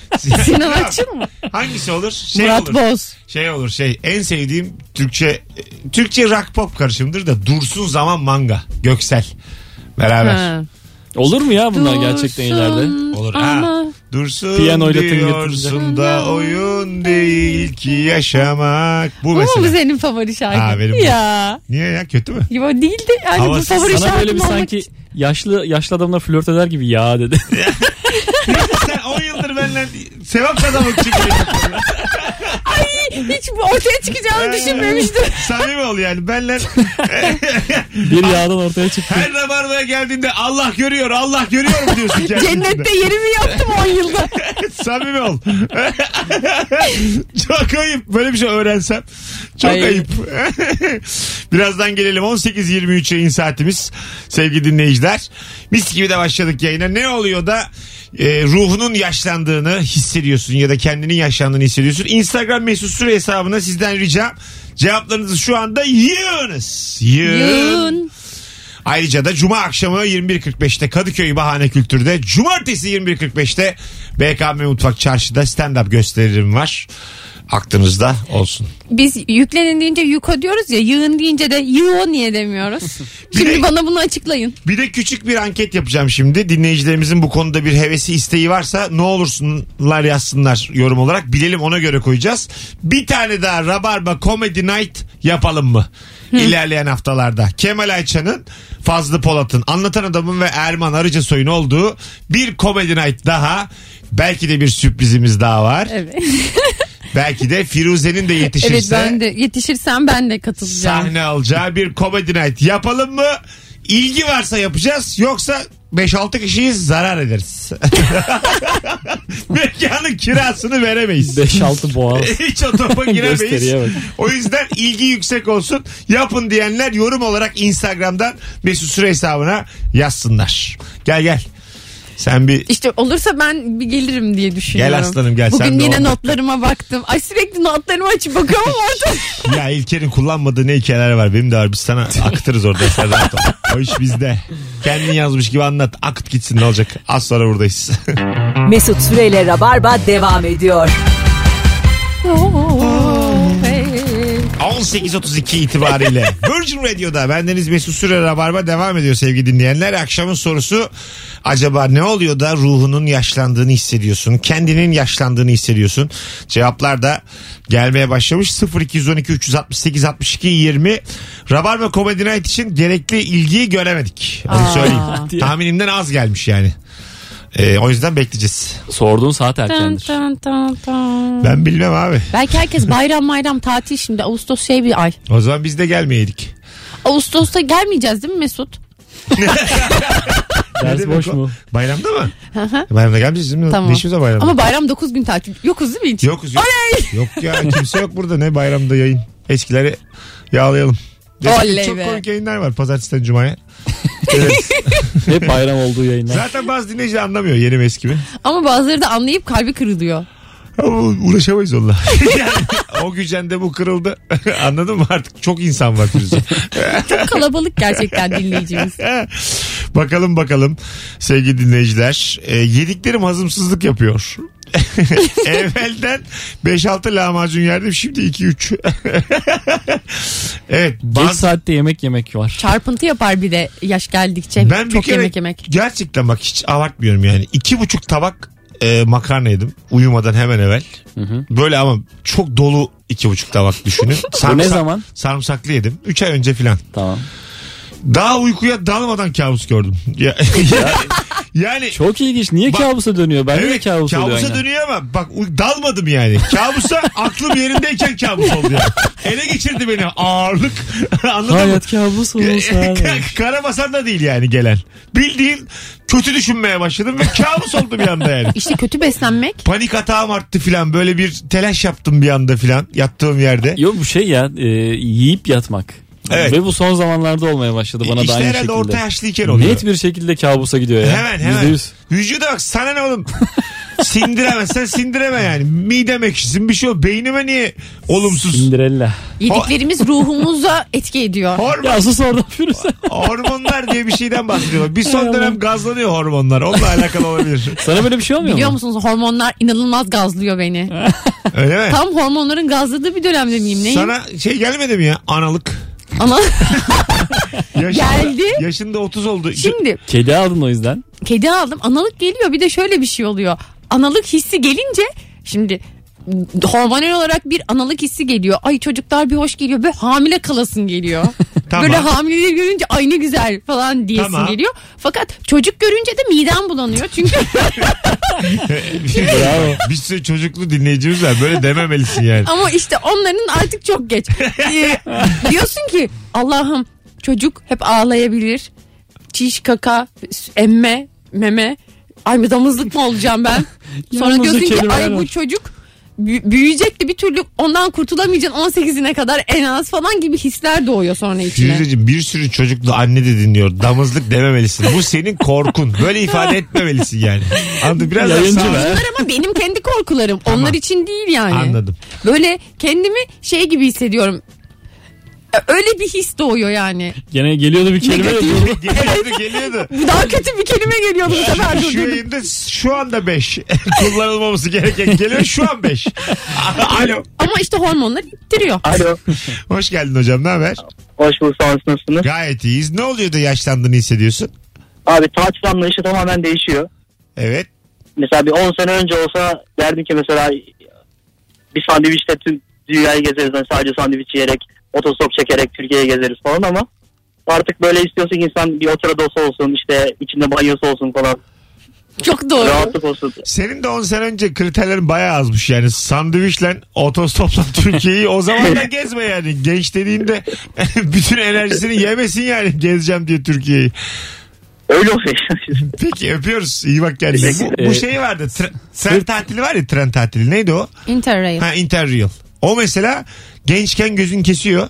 Speaker 3: Sinan Akçıl mı?
Speaker 2: Hangisi olur? Şey
Speaker 3: Murat
Speaker 2: olur.
Speaker 3: Boz.
Speaker 2: Şey olur şey en sevdiğim Türkçe e, Türkçe rock pop karışımıdır da Dursun Zaman Manga Göksel beraber.
Speaker 3: Ha.
Speaker 4: Olur mu ya bunlar gerçekten ileride?
Speaker 3: Dursun
Speaker 2: Olur. Ha.
Speaker 3: Ama
Speaker 2: Dursun
Speaker 4: Piyanoyla tıngırtınca.
Speaker 2: diyorsun da oyun değil ki yaşamak. Bu
Speaker 3: Bu mu
Speaker 2: mesela.
Speaker 3: senin favori şarkın?
Speaker 2: Ha, benim bu.
Speaker 3: ya.
Speaker 2: Niye ya kötü mü?
Speaker 3: Yo değil de yani
Speaker 2: Havasız.
Speaker 3: bu favori
Speaker 4: Sana böyle
Speaker 3: şarkım
Speaker 4: bir
Speaker 3: olmak
Speaker 4: sanki
Speaker 3: için-
Speaker 4: yaşlı yaşlı adamla flört eder gibi ya dedi.
Speaker 2: Sen 10 yıldır benimle sevap kazanmak için buraya-
Speaker 3: hiç bu ortaya çıkacağını düşünmemiştim.
Speaker 2: Samimi ol yani. Benle
Speaker 4: bir yağdan ortaya çıktı.
Speaker 2: her rabarbaya geldiğinde Allah görüyor, Allah görüyor mu diyorsun kendine.
Speaker 3: Cennette yerimi yaptım 10 yılda.
Speaker 2: Samimi ol. Çok ayıp. Böyle bir şey öğrensem. Çok
Speaker 3: Ay.
Speaker 2: ayıp. Birazdan gelelim. 18.23 yayın saatimiz. Sevgili dinleyiciler. Mis gibi de başladık yayına. Ne oluyor da e, ruhunun yaşlandığını hissediyorsun ya da kendinin yaşlandığını hissediyorsun. Instagram mesut süre hesabına sizden ricam. Cevaplarınızı şu anda yığınız. Yığın.
Speaker 3: Yığın.
Speaker 2: Ayrıca da Cuma akşamı 21.45'te Kadıköy Bahane Kültür'de, Cumartesi 21.45'te BKM Mutfak Çarşı'da stand-up gösterim var. Aklınızda olsun.
Speaker 3: Biz yüklenin deyince yuko diyoruz ya yığın deyince de yığo niye demiyoruz.
Speaker 2: de-
Speaker 3: Şimdi bana bunu açıklayın.
Speaker 2: Bir de küçük bir anket yapacağım şimdi. Dinleyicilerimizin bu konuda bir hevesi isteği varsa ne olursunlar yazsınlar yorum olarak. Bilelim ona göre koyacağız. Bir tane daha Rabarba Comedy Night yapalım mı? İlerleyen haftalarda Kemal Ayça'nın Fazlı Polat'ın Anlatan Adam'ın ve Erman Arıcasoy'un olduğu bir Comedy Night daha belki de bir sürprizimiz daha var.
Speaker 3: Evet.
Speaker 2: Belki de Firuze'nin de yetişirse
Speaker 3: evet ben de yetişirsem ben de katılacağım.
Speaker 2: sahne alacağı bir comedy night yapalım mı? İlgi varsa yapacağız yoksa 5-6 kişiyiz zarar ederiz. Mekanın kirasını veremeyiz.
Speaker 4: 5-6 boğaz.
Speaker 2: Hiç o topa giremeyiz.
Speaker 4: Gösteriye bak.
Speaker 2: o yüzden ilgi yüksek olsun. Yapın diyenler yorum olarak Instagram'dan Mesut Süre hesabına yazsınlar. Gel gel. Sen bir
Speaker 3: İşte olursa ben bir gelirim diye düşünüyorum.
Speaker 2: Gel aslanım, gel.
Speaker 3: Bugün
Speaker 2: Sen de
Speaker 3: yine
Speaker 2: orada.
Speaker 3: notlarıma baktım. Ay sürekli notlarımı açıp bakıyorum ama orada.
Speaker 2: ya İlker'in kullanmadığı ne hikayeler var. Benim de var. Biz sana akıtırız orada. Sen rahat ol. O iş bizde. Kendin yazmış gibi anlat. Akıt gitsin ne olacak. Az sonra buradayız.
Speaker 1: Mesut Süreyle Rabarba devam ediyor.
Speaker 3: Oh,
Speaker 2: 18.32 itibariyle Virgin Radio'da bendeniz Mesut Süre Rabarba devam ediyor sevgili dinleyenler. Akşamın sorusu acaba ne oluyor da ruhunun yaşlandığını hissediyorsun? Kendinin yaşlandığını hissediyorsun? Cevaplar da gelmeye başlamış. 0212 368 62 20 Rabarba Comedy Night için gerekli ilgiyi göremedik. Onu
Speaker 3: Aa.
Speaker 2: söyleyeyim. Tahminimden az gelmiş yani. Ee, o yüzden bekleyeceğiz.
Speaker 4: Sorduğun saat
Speaker 3: Tan
Speaker 4: erkendir.
Speaker 3: tan tan tan.
Speaker 2: Ben bilmem abi.
Speaker 3: Belki herkes bayram bayram tatil şimdi. Ağustos şey bir ay.
Speaker 2: O zaman biz de gelmeyedik.
Speaker 3: Ağustos'ta gelmeyeceğiz değil mi Mesut?
Speaker 4: Ders boş mu?
Speaker 2: Bayramda mı? Bayramda gelmeyeceğiz. değil mi?
Speaker 3: Tamam.
Speaker 2: Ne işimiz var bayramda?
Speaker 3: Ama bayram 9 gün tatil. Yokuz değil mi hiç?
Speaker 2: Yokuz yok. Yok ya kimse yok burada ne bayramda yayın. Eskileri yağlayalım. Dedim ki
Speaker 3: Oley
Speaker 2: çok
Speaker 3: be.
Speaker 2: komik yayınlar var pazartesiden cumaya.
Speaker 4: Hep bayram olduğu yayınlar.
Speaker 2: Zaten bazı dinleyiciler anlamıyor yeni mi eski mi?
Speaker 3: Ama bazıları da anlayıp kalbi kırılıyor.
Speaker 2: Ama uğraşamayız onunla. yani, o gücende bu kırıldı. Anladın mı artık çok insan var Firuze.
Speaker 3: Çok kalabalık gerçekten dinleyicimiz.
Speaker 2: bakalım bakalım sevgili dinleyiciler. E, yediklerim hazımsızlık yapıyor. Evvelden 5-6 lahmacun yerdim şimdi 2-3. evet
Speaker 4: Geç
Speaker 2: bazı
Speaker 4: saatte yemek yemek var.
Speaker 3: Çarpıntı yapar bir de yaş geldikçe.
Speaker 2: Ben bir
Speaker 3: Çok
Speaker 2: kere
Speaker 3: yemek yemek.
Speaker 2: gerçekten bak hiç abartmıyorum yani. iki buçuk tabak e, makarna yedim uyumadan hemen evvel. Böyle ama çok dolu iki buçuk tabak düşünün. Sarımsak-
Speaker 4: ne zaman?
Speaker 2: Sarımsaklı yedim. Üç ay önce filan.
Speaker 4: Tamam.
Speaker 2: Daha uykuya dalmadan kabus gördüm. Ya- yani
Speaker 4: Çok ilginç. Niye
Speaker 2: Bak-
Speaker 4: kabusa dönüyor? Ben de
Speaker 2: Evet,
Speaker 4: kabusa,
Speaker 2: kabusa
Speaker 4: dönüyor.
Speaker 2: dönüyor ama bak uy- dalmadım yani. Kabusa aklım yerindeyken kabus oldu yani. Ele geçirdi beni ağırlık. Anladın mı?
Speaker 4: Hayat kabus olsa.
Speaker 2: Karabasan da değil yani gelen. Bildiğin kötü düşünmeye başladım ve kabus oldu bir anda yani.
Speaker 3: İşte kötü beslenmek.
Speaker 2: Panik atağım arttı filan böyle bir telaş yaptım bir anda filan yattığım yerde.
Speaker 4: Yok bu şey ya e, yiyip yatmak.
Speaker 2: Evet. E,
Speaker 4: Ve bu son zamanlarda olmaya başladı bana
Speaker 2: işte
Speaker 4: da aynı
Speaker 2: herhalde
Speaker 4: şekilde.
Speaker 2: orta yaşlıyken oluyor.
Speaker 4: Net bir şekilde kabusa gidiyor ya.
Speaker 2: Hemen hemen.
Speaker 4: %100.
Speaker 2: Vücuda bak sana ne oğlum. Sindiremezsen sindireme yani. Midem ekşisin bir şey yok. Beynime niye olumsuz?
Speaker 4: Cinderella.
Speaker 3: Yediklerimiz ruhumuza etki ediyor.
Speaker 2: Hormon,
Speaker 4: Ya sus orada Firuze.
Speaker 2: hormonlar diye bir şeyden bahsediyorlar. Bir
Speaker 4: Hay
Speaker 2: son
Speaker 4: Allah.
Speaker 2: dönem gazlanıyor hormonlar. Onunla alakalı olabilir.
Speaker 4: Sana böyle bir şey olmuyor
Speaker 3: Biliyor
Speaker 4: mu?
Speaker 3: musunuz hormonlar inanılmaz gazlıyor beni.
Speaker 2: Öyle mi?
Speaker 3: Tam hormonların gazladığı bir dönemde miyim neyim?
Speaker 2: Sana şey gelmedi mi ya? Analık.
Speaker 3: Ana
Speaker 2: Yaşında,
Speaker 3: Geldi.
Speaker 2: Yaşında 30 oldu.
Speaker 3: şimdi
Speaker 4: Kedi aldın o yüzden.
Speaker 3: kedi aldım analık geliyor bir de şöyle bir şey oluyor. Analık hissi gelince şimdi hormonal olarak bir analık hissi geliyor. Ay çocuklar bir hoş geliyor böyle hamile kalasın geliyor.
Speaker 2: Tamam.
Speaker 3: Böyle hamileleri görünce ay ne güzel falan diyesin
Speaker 2: Tamam.
Speaker 3: geliyor. Fakat çocuk görünce de midem bulanıyor. Çünkü
Speaker 2: Bravo. Bir şey sürü çocuklu dinleyicimiz var. Böyle dememelisin yani.
Speaker 3: Ama işte onların artık çok geç. Ee, diyorsun ki Allah'ım çocuk hep ağlayabilir. Çiş, kaka, emme, meme. Ay bir damızlık mı olacağım ben? Sonra
Speaker 4: Yalnızca
Speaker 3: diyorsun ki
Speaker 4: kelimeler
Speaker 3: ay bu
Speaker 4: var."
Speaker 3: çocuk bü- büyüyecek de bir türlü ondan kurtulamayacaksın 18'ine kadar en az falan gibi hisler doğuyor sonra içine.
Speaker 2: Firuzeciğim bir sürü çocuklu anne de dinliyor. Damızlık dememelisin. Bu senin korkun. Böyle ifade etmemelisin yani. Anladın mı? Biraz daha
Speaker 4: Yayıncı
Speaker 2: sağ-
Speaker 4: be.
Speaker 3: Bunlar ama benim kendi korkularım. Onlar için değil yani.
Speaker 2: Anladım.
Speaker 3: Böyle kendimi şey gibi hissediyorum. Öyle bir his doğuyor yani.
Speaker 4: Gene geliyordu bir kelime de durdu.
Speaker 2: Geliyordu geliyordu.
Speaker 3: Bu daha kötü bir kelime geliyordu bu sefer
Speaker 2: Şu
Speaker 3: durdurdum.
Speaker 2: yayında şu anda 5. Kullanılmaması gereken kelime şu an 5. Alo.
Speaker 3: Ama işte hormonlar ittiriyor.
Speaker 5: Alo.
Speaker 2: Hoş geldin hocam ne haber?
Speaker 5: Hoş bulduk sağ olasın, nasılsınız?
Speaker 2: Gayet iyiyiz. Ne oluyor da yaşlandığını hissediyorsun?
Speaker 5: Abi tatil anlayışı tamamen değişiyor.
Speaker 2: Evet.
Speaker 5: Mesela bir 10 sene önce olsa derdim ki mesela bir sandviçle tüm dünyayı gezeriz. Yani sadece sandviç yiyerek, otostop çekerek Türkiye'yi gezeriz falan ama artık böyle istiyorsun ki insan bir oturada olsa olsun işte içinde banyosu olsun falan.
Speaker 3: Çok doğru.
Speaker 5: Rahatlık olsun.
Speaker 2: Senin de 10 sene önce kriterlerin bayağı azmış yani. Sandviçle otostopla Türkiye'yi o zaman da gezme yani. Genç dediğinde bütün enerjisini yemesin yani gezeceğim diye Türkiye'yi.
Speaker 5: Öyle oluyor. işte.
Speaker 2: Peki öpüyoruz. İyi bak kendine. Bu, bu
Speaker 4: Ee,
Speaker 2: şey vardı. Tre- tren tatili var ya tren tatili. Neydi o?
Speaker 3: Interrail.
Speaker 2: Ha Interrail. O mesela gençken gözün kesiyor.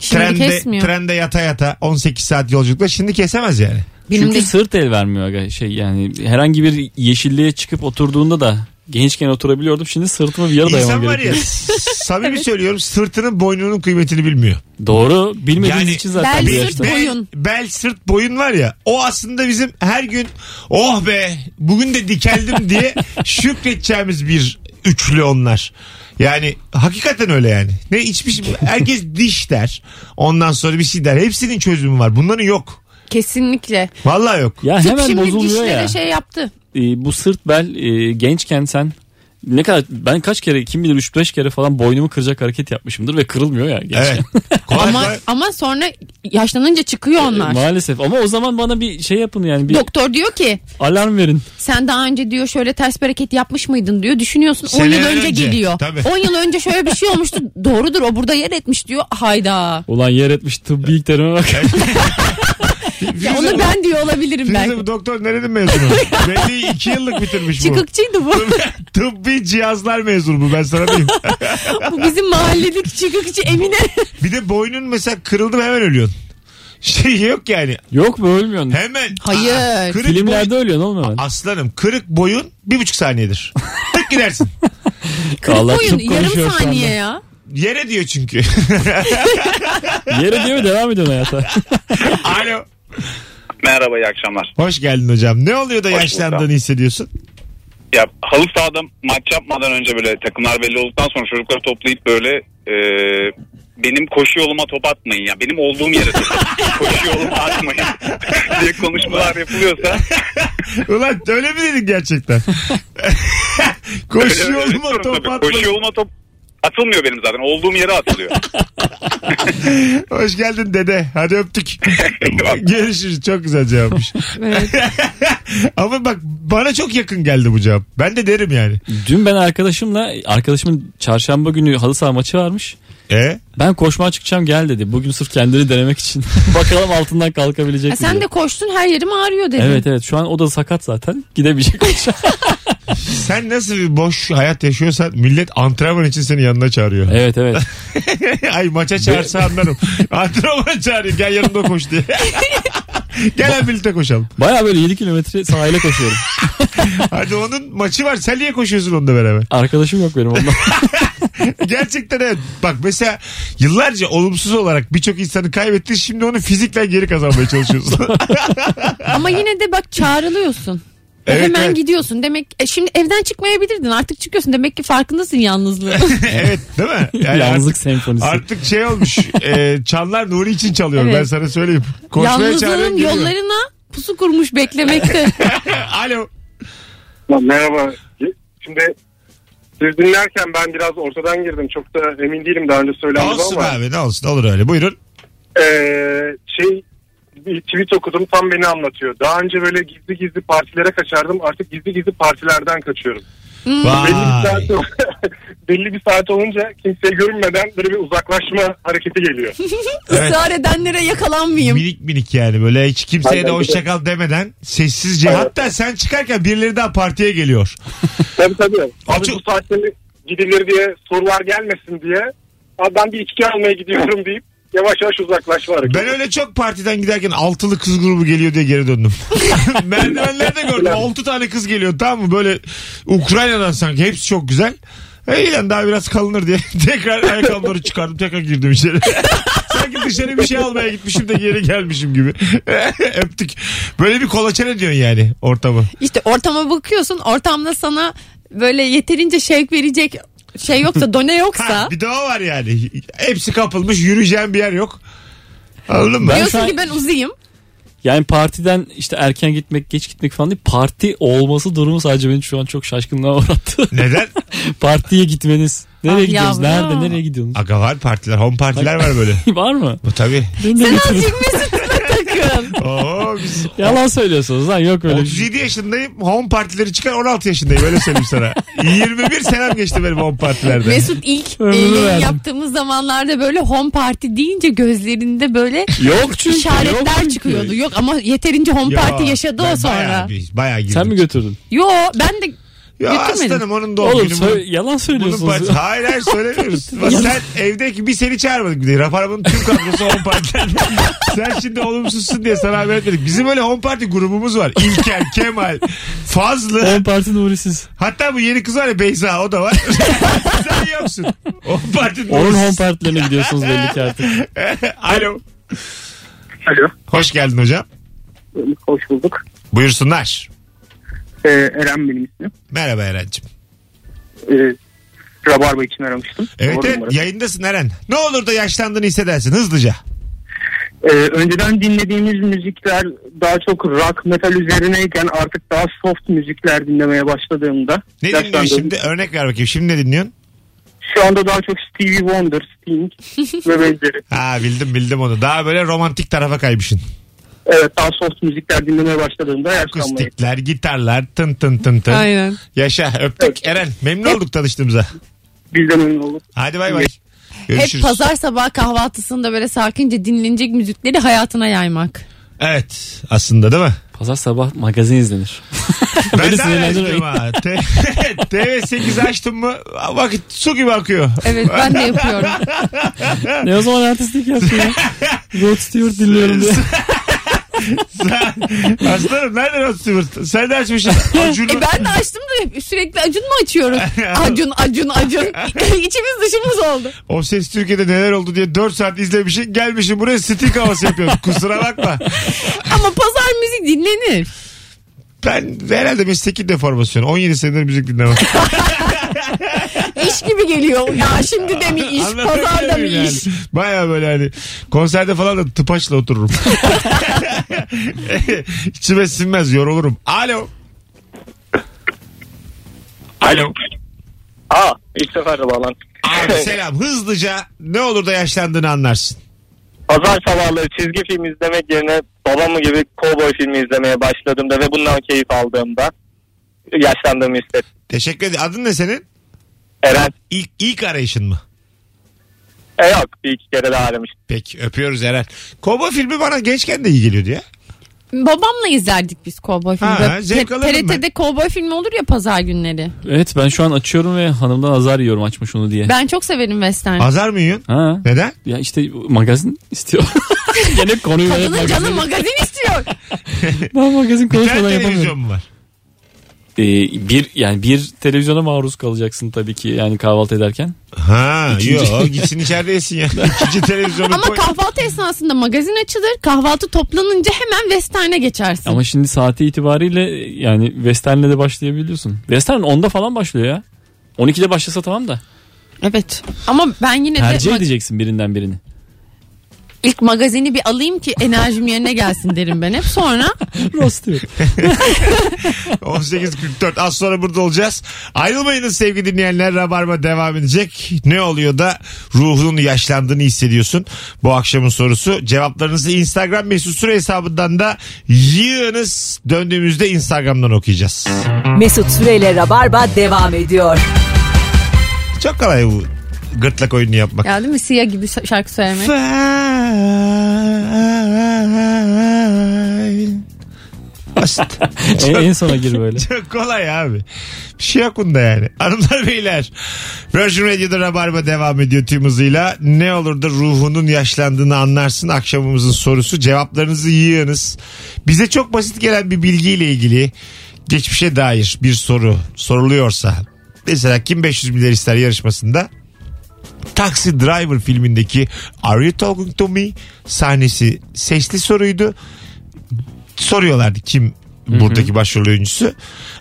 Speaker 3: Şimdi
Speaker 2: trende,
Speaker 3: kesmiyor.
Speaker 2: trende yata yata 18 saat yolculukla şimdi kesemez yani.
Speaker 3: Benim
Speaker 4: Çünkü
Speaker 3: de-
Speaker 4: sırt el vermiyor aga şey yani herhangi bir yeşilliğe çıkıp oturduğunda da gençken oturabiliyordum. Şimdi sırtıma bir yere dayamam
Speaker 2: İnsan var ya
Speaker 4: gerekiyor.
Speaker 2: samimi söylüyorum sırtının boynunun kıymetini bilmiyor.
Speaker 4: Doğru bilmediğiniz
Speaker 2: Yani-
Speaker 4: için
Speaker 3: Bel
Speaker 4: zaten bu
Speaker 3: sırt
Speaker 4: yaşta.
Speaker 3: boy- Boyun.
Speaker 2: bel, sırt, boyun var ya. O aslında bizim her gün oh be bugün de dikeldim diye şükredeceğimiz bir üçlü onlar. Yani hakikaten öyle yani. Ne içmiş herkes diş der. Ondan sonra bir şey der. Hepsinin çözümü var. Bunların yok.
Speaker 3: Kesinlikle.
Speaker 2: Vallahi yok.
Speaker 4: Ya
Speaker 3: Tıp
Speaker 4: hemen
Speaker 3: şimdi
Speaker 4: bozuluyor
Speaker 3: dişlere
Speaker 4: ya.
Speaker 3: şey yaptı.
Speaker 4: Ee, bu sırt bel e, gençken sen ne kadar ben kaç kere kim bilir 3-5 kere falan boynumu kıracak hareket yapmışımdır ve kırılmıyor ya gençken.
Speaker 2: Evet. Kolay
Speaker 3: Ama
Speaker 2: kolay-
Speaker 3: ama sonra yaşlanınca çıkıyor onlar.
Speaker 4: Maalesef ama o zaman bana bir şey yapın yani bir
Speaker 3: Doktor diyor ki
Speaker 4: alarm verin.
Speaker 3: sen daha önce diyor şöyle ters bir hareket yapmış mıydın diyor. Düşünüyorsun 10 yıl
Speaker 2: Seneler
Speaker 3: önce,
Speaker 2: önce.
Speaker 3: geliyor.
Speaker 2: Tabii.
Speaker 3: 10 yıl önce şöyle bir şey olmuştu. Doğrudur o burada yer etmiş diyor. Hayda.
Speaker 4: Ulan yer etmiş tıbbi ilk terime bak.
Speaker 3: Ya onu ben diyor olabilirim
Speaker 2: Firuze
Speaker 3: belki.
Speaker 2: bu doktor nerenin mezunu? Belli iki yıllık bitirmiş bu.
Speaker 3: Çıkıkçıydı bu.
Speaker 2: Tıbbi cihazlar mezunu bu ben sana diyeyim.
Speaker 3: bu bizim mahalledeki çıkıkçı Emine.
Speaker 2: Bir de boynun mesela kırıldı mı hemen ölüyorsun. Şey yok yani.
Speaker 4: Yok mu ölmüyorsun?
Speaker 2: Hemen.
Speaker 3: Hayır.
Speaker 2: Aa, kırık boyun-
Speaker 4: Filmlerde ölüyorsun oğlum hemen.
Speaker 2: Aslanım kırık boyun bir buçuk saniyedir. Tık gidersin.
Speaker 3: Kırık
Speaker 4: Allah
Speaker 3: boyun
Speaker 4: tıp
Speaker 3: yarım
Speaker 4: konuşuyor şu
Speaker 3: saniye
Speaker 4: anda.
Speaker 3: ya.
Speaker 2: Yere diyor çünkü.
Speaker 4: Yere diyor ve devam ediyorsun hayata.
Speaker 2: Alo.
Speaker 6: Merhaba iyi akşamlar.
Speaker 2: Hoş geldin hocam. Ne oluyor da
Speaker 6: Hoş
Speaker 2: yaşlandığını
Speaker 6: bulduk.
Speaker 2: hissediyorsun?
Speaker 6: Ya halı sahada maç yapmadan önce böyle takımlar belli olduktan sonra çocukları toplayıp böyle e, benim koşu yoluma top atmayın ya. Benim olduğum yere top atın. koşu yoluma atmayın diye konuşmalar yapılıyorsa
Speaker 2: Ulan öyle mi dedin gerçekten?
Speaker 6: öyle-
Speaker 2: Koşu
Speaker 6: öyle
Speaker 2: yoluma
Speaker 6: diyorum
Speaker 2: top
Speaker 6: tabii. Koşu
Speaker 2: atmayın.
Speaker 6: yoluma top atılmıyor benim zaten. Olduğum yere atılıyor.
Speaker 2: Hoş geldin dede. Hadi öptük.
Speaker 6: Eyvallah.
Speaker 2: Görüşürüz. Çok güzel cevapmış. Ama bak bana çok yakın geldi bu cevap. Ben de derim yani.
Speaker 4: Dün ben arkadaşımla arkadaşımın çarşamba günü halı saha maçı varmış.
Speaker 2: E?
Speaker 4: Ben koşmaya çıkacağım gel dedi. Bugün sırf kendini denemek için. Bakalım altından kalkabilecek
Speaker 3: Ha,
Speaker 4: mi?
Speaker 3: E sen
Speaker 4: diye.
Speaker 3: de koştun her yerim ağrıyor dedin.
Speaker 4: Evet evet şu an o da sakat zaten. Gidemeyecek aşağı.
Speaker 2: Sen nasıl bir boş hayat yaşıyorsan millet antrenman için seni yanına çağırıyor.
Speaker 4: evet evet.
Speaker 2: Ay maça çağırsa anlarım. Antrenmana çağırıyor. Gel yanımda koş diye. Gel hep birlikte koşalım.
Speaker 4: Baya böyle 7 kilometre sahile koşuyorum.
Speaker 2: Hadi onun maçı var. Sen niye koşuyorsun onunla beraber?
Speaker 4: Arkadaşım yok benim ondan.
Speaker 2: Gerçekten evet. Bak mesela yıllarca olumsuz olarak birçok insanı kaybettin. Şimdi onu fizikle geri kazanmaya çalışıyorsun.
Speaker 3: Ama yine de bak çağrılıyorsun. E,
Speaker 2: Evet,
Speaker 3: Hemen
Speaker 2: evet.
Speaker 3: gidiyorsun. Demek e, şimdi evden çıkmayabilirdin. Artık çıkıyorsun. Demek ki farkındasın yalnızlığın.
Speaker 2: evet değil mi? Yani
Speaker 4: Yalnızlık
Speaker 2: artık,
Speaker 4: senfonisi.
Speaker 2: artık şey olmuş. e, çanlar Nuri için çalıyor.
Speaker 3: Evet.
Speaker 2: Ben sana söyleyeyim. Koşmaya çağıran
Speaker 3: Yalnızlığın
Speaker 2: geliyor.
Speaker 3: yollarına pusu kurmuş beklemekte.
Speaker 2: Alo.
Speaker 7: Merhaba. Şimdi siz dinlerken ben biraz ortadan girdim. Çok da emin değilim daha önce söylendi
Speaker 2: olsun
Speaker 7: ama.
Speaker 2: abi ne olsun olur öyle. Buyurun.
Speaker 7: Ee, şey bir tweet okudum tam beni anlatıyor. Daha önce böyle gizli gizli partilere kaçardım. Artık gizli gizli partilerden kaçıyorum.
Speaker 3: Hmm.
Speaker 7: Belli
Speaker 2: Vay.
Speaker 7: bir saat, belli bir saat olunca kimseye görünmeden böyle bir uzaklaşma hareketi geliyor.
Speaker 3: Israr edenlere yakalanmayayım.
Speaker 2: Minik minik yani böyle hiç kimseye
Speaker 7: Aynen,
Speaker 2: de
Speaker 7: bir de-
Speaker 2: hoşçakal demeden sessizce.
Speaker 7: Evet.
Speaker 2: Hatta sen çıkarken birileri daha partiye geliyor.
Speaker 7: tabii tabii. Abi
Speaker 2: çok-
Speaker 7: bu saatte mi gidilir diye sorular gelmesin diye. Abi ben bir içki almaya gidiyorum deyip yavaş yavaş uzaklaşma hareketi.
Speaker 2: Ben öyle çok partiden giderken altılı kız grubu geliyor diye geri döndüm. Merdivenlerde gördüm. Altı tane kız geliyor tamam mı? Böyle Ukrayna'dan sanki hepsi çok güzel. E, İlan daha biraz kalınır diye tekrar ayakkabıları çıkardım tekrar girdim içeri. Sanki dışarı bir şey almaya gitmişim de geri gelmişim gibi. Öptük. Böyle bir kolaçan diyorsun yani ortamı.
Speaker 3: İşte ortama bakıyorsun. Ortamda sana böyle yeterince şevk verecek şey yoksa done
Speaker 2: Ha,
Speaker 3: yoksa
Speaker 2: bir de o var yani. Hepsi kapılmış yürüyeceğim bir yer yok. Anladın mı?
Speaker 4: Ben şu
Speaker 3: diyorsun
Speaker 4: an-
Speaker 3: ki ben uzayım.
Speaker 4: Yani partiden işte erken gitmek geç gitmek falan değil. Parti olması durumu sadece beni şu an çok şaşkınlığa uğrattı.
Speaker 2: Neden?
Speaker 4: Partiye gitmeniz. Nereye
Speaker 3: Ah
Speaker 4: gidiyorsunuz?
Speaker 3: yavrum.
Speaker 4: Nerede? Nereye gidiyorsunuz?
Speaker 2: Aga var partiler, home partiler var böyle.
Speaker 4: Var mı?
Speaker 2: Bu tabii.
Speaker 3: Sen azıcık mesutuna takın.
Speaker 2: Oo, biz
Speaker 4: Yalan söylüyorsunuz lan yok öyle bir şey.
Speaker 2: 37 yaşındayım. Home partileri çıkar 16 yaşındayım öyle söyleyeyim sana. 21 senem geçti benim home partilerde.
Speaker 3: Mesut ilk
Speaker 4: Ömrümü
Speaker 3: e, yayın
Speaker 4: verdim.
Speaker 3: yaptığımız zamanlarda böyle home party deyince gözlerinde böyle
Speaker 4: Yok çünkü. yok
Speaker 3: işaretler
Speaker 4: çünkü.
Speaker 3: çıkıyordu. Yok ama yeterince home
Speaker 2: Ya,
Speaker 3: party yaşadı
Speaker 2: ben
Speaker 3: o sonra.
Speaker 2: Bayağı, bir- bayağı girdim.
Speaker 4: Sen mi götürdün?
Speaker 3: Yo ben de
Speaker 2: Ya
Speaker 3: Götürmedin.
Speaker 2: aslanım onun doğum
Speaker 4: Oğlum
Speaker 2: günü.
Speaker 4: sö-
Speaker 2: bunun-
Speaker 4: yalan
Speaker 2: bunun
Speaker 4: söylüyorsunuz.
Speaker 2: parti- hayır hayır söylemiyoruz. Bak sen evdeki bir seni çağırmadık bir de. Raparmanın tüm kadrosu home partilerden. sen şimdi olumsuzsun diye sana haber etmedik. Bizim öyle home party grubumuz var. İlker, Kemal, Fazlı.
Speaker 4: 10 parti Nuri'siz.
Speaker 2: Hatta bu yeni kız var ya Beyza o da var. sen yoksun. Home party
Speaker 4: Onun home partilerine gidiyorsunuz belli ki artık.
Speaker 2: Alo.
Speaker 5: Alo.
Speaker 2: Hoş geldin hocam.
Speaker 5: Hoş bulduk.
Speaker 2: Buyursunlar.
Speaker 5: Ee, Eren benim ismim.
Speaker 2: Merhaba Eren'cim.
Speaker 5: Ee, Rabarba için aramıştım.
Speaker 2: Evet, e?
Speaker 5: Doğru
Speaker 2: evet
Speaker 5: numara.
Speaker 2: yayındasın Eren. Ne olur da yaşlandığını hissedersin hızlıca.
Speaker 5: Ee, önceden dinlediğimiz müzikler daha çok rock metal üzerineyken artık daha soft müzikler dinlemeye başladığımda
Speaker 2: Ne
Speaker 5: yaşlandığım-
Speaker 2: dinliyorsun şimdi? Örnek ver bakayım. Şimdi ne dinliyorsun?
Speaker 5: Şu anda daha çok Stevie Wonder, Sting ve benzeri.
Speaker 2: Ha bildim bildim onu. Daha böyle romantik tarafa kaymışsın.
Speaker 5: Evet daha soft müzikler dinlemeye başladığımda yaşlanmayı.
Speaker 2: Akustikler, gitarlar, tın tın tın tın.
Speaker 3: Aynen.
Speaker 2: Yaşa öptük Eren. Memnun olduk tanıştığımıza.
Speaker 5: Bizden memnun olduk.
Speaker 2: Hadi bay bay.
Speaker 3: Hep
Speaker 2: Görüşürüz.
Speaker 3: pazar sabah kahvaltısında böyle sakince dinlenecek müzikleri hayatına yaymak.
Speaker 2: Evet aslında değil mi?
Speaker 4: Pazar sabah magazin izlenir.
Speaker 2: Ben de araştırdım
Speaker 4: sinirlendirmeyin.
Speaker 2: ha. T- TV8 açtım mı vakit su gibi akıyor.
Speaker 3: Evet ben de yapıyorum.
Speaker 4: ne o zaman artistlik yaptın ya? Rod Stewart dinliyorum diye.
Speaker 2: Sen- Aslanım nereden o Stewart? Sen de açmışsın. Acun'u.
Speaker 3: e ben de açtım da hep sürekli Acun mu açıyoruz? Acun, Acun, Acun. İçimiz dışımız oldu.
Speaker 2: O ses Türkiye'de neler oldu diye 4 saat izlemişsin. Gelmişsin buraya stik havası yapıyorsun. Kusura bakma.
Speaker 3: Ama pazar müzik dinlenir.
Speaker 2: Ben herhalde mesleki deformasyon. 17 senedir müzik dinlemem.
Speaker 3: İş gibi geliyor. Ya şimdi de mi iş,
Speaker 2: Anlatabiliyor
Speaker 3: pazarda mı
Speaker 2: muyum yani?
Speaker 3: iş?
Speaker 2: Baya böyle hani konserde falan da tıpaçla otururum. İçime sinmez yorulurum. Alo. Alo.
Speaker 5: Aa ilk sefer de bağlantık.
Speaker 2: Abi selam. Hızlıca ne olur da yaşlandığını anlarsın.
Speaker 5: Pazar sabahları çizgi film izlemek yerine babamı gibi kovboy filmi izlemeye başladığımda ve bundan keyif aldığımda yaşlandığımı hissettim.
Speaker 2: Teşekkür ederim. Adın ne senin?
Speaker 5: Eren
Speaker 2: İlk, ilk arayışın mı?
Speaker 5: e yok bir iki kere daha aramış.
Speaker 2: Peki öpüyoruz Eren. Kobo filmi bana gençken de iyi geliyordu ya.
Speaker 3: Babamla izlerdik biz kovboy filmi.
Speaker 2: Ha,
Speaker 3: Böyle
Speaker 2: zevk
Speaker 3: te-
Speaker 2: alırdım
Speaker 3: TRT'de kovboy filmi olur ya pazar günleri.
Speaker 4: Evet ben şu an açıyorum ve hanımdan azar yiyorum açmış onu diye.
Speaker 3: Ben çok severim western.
Speaker 2: Azar mı yiyorsun?
Speaker 4: Ha.
Speaker 2: Neden?
Speaker 4: Ya işte magazin istiyor. Gene konuyu verip
Speaker 3: Kadının
Speaker 4: magazin.
Speaker 3: canı magazin istiyor.
Speaker 4: Ben magazin
Speaker 2: Bir tane
Speaker 4: konuşmadan
Speaker 2: televizyon
Speaker 4: yapamıyorum.
Speaker 2: mu var?
Speaker 4: Ee, bir yani bir televizyona maruz kalacaksın tabii ki yani kahvaltı ederken.
Speaker 2: Ha
Speaker 4: İkinci-
Speaker 2: yok gitsin içeride yesin ya. İkinci televizyonu
Speaker 3: Ama
Speaker 2: koy.
Speaker 3: kahvaltı esnasında magazin açılır. Kahvaltı toplanınca hemen western'e geçersin.
Speaker 4: Ama şimdi saati itibariyle yani Western'le de başlayabiliyorsun. Western 10'da falan başlıyor ya. 12'de başlasa tamam da.
Speaker 3: Evet. Ama ben yine de
Speaker 4: Tercih
Speaker 3: ma-
Speaker 4: edeceksin birinden birini.
Speaker 3: ilk magazini bir alayım ki enerjim yerine gelsin derim ben hep. Sonra
Speaker 4: Rost diyor.
Speaker 2: 18.44 az sonra burada olacağız. Ayrılmayınız sevgili dinleyenler. Rabarba devam edecek. Ne oluyor da ruhunun yaşlandığını hissediyorsun? Bu akşamın sorusu. Cevaplarınızı Instagram mesut süre hesabından da yığınız. Döndüğümüzde Instagram'dan okuyacağız.
Speaker 1: Mesut Süreyle Rabarba devam ediyor.
Speaker 2: Çok kolay bu gırtlak oyunu yapmak.
Speaker 3: ya değil mi Siyah gibi şa- şarkı söylemek.
Speaker 2: Fine. Basit.
Speaker 4: en, en sona gir böyle.
Speaker 2: Çok kolay abi. Bir şey yok bunda yani. Hanımlar beyler. Virgin Radio'da Rabarba devam ediyor tüm hızıyla. Ne olur da ruhunun yaşlandığını anlarsın. Akşamımızın sorusu. Cevaplarınızı yığınız. Bize çok basit gelen bir bilgiyle ilgili geçmişe dair bir soru soruluyorsa. Mesela kim 500 milyar ister yarışmasında Taxi Driver filmindeki Are You Talking To Me sahnesi sesli soruydu. Soruyorlardı kim buradaki başrol oyuncusu.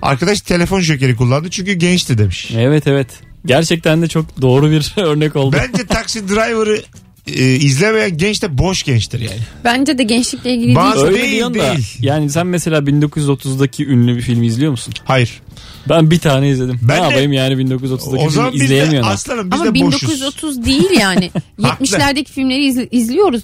Speaker 2: Arkadaş telefon jokeri kullandı çünkü gençti demiş.
Speaker 4: Evet evet. Gerçekten de çok doğru bir örnek oldu.
Speaker 2: Bence Taxi Driver'ı e, izlemeyen genç de boş gençtir yani.
Speaker 3: Bence de gençlikle ilgili
Speaker 2: Bazı-
Speaker 3: değil.
Speaker 4: Öyle
Speaker 2: Değil,
Speaker 4: diyorsun da.
Speaker 2: değil.
Speaker 4: Yani sen mesela 1930'daki ünlü bir filmi izliyor musun?
Speaker 2: Hayır.
Speaker 4: Ben bir tane izledim.
Speaker 2: Ben
Speaker 4: ne
Speaker 2: de-
Speaker 4: yapayım yani 1930'daki
Speaker 2: o zaman
Speaker 4: filmi
Speaker 2: biz de
Speaker 4: izleyemiyorum.
Speaker 2: aslanım biz
Speaker 3: Ama
Speaker 2: de boşuz.
Speaker 3: 1930 değil yani. 70'lerdeki filmleri izli- izliyoruz.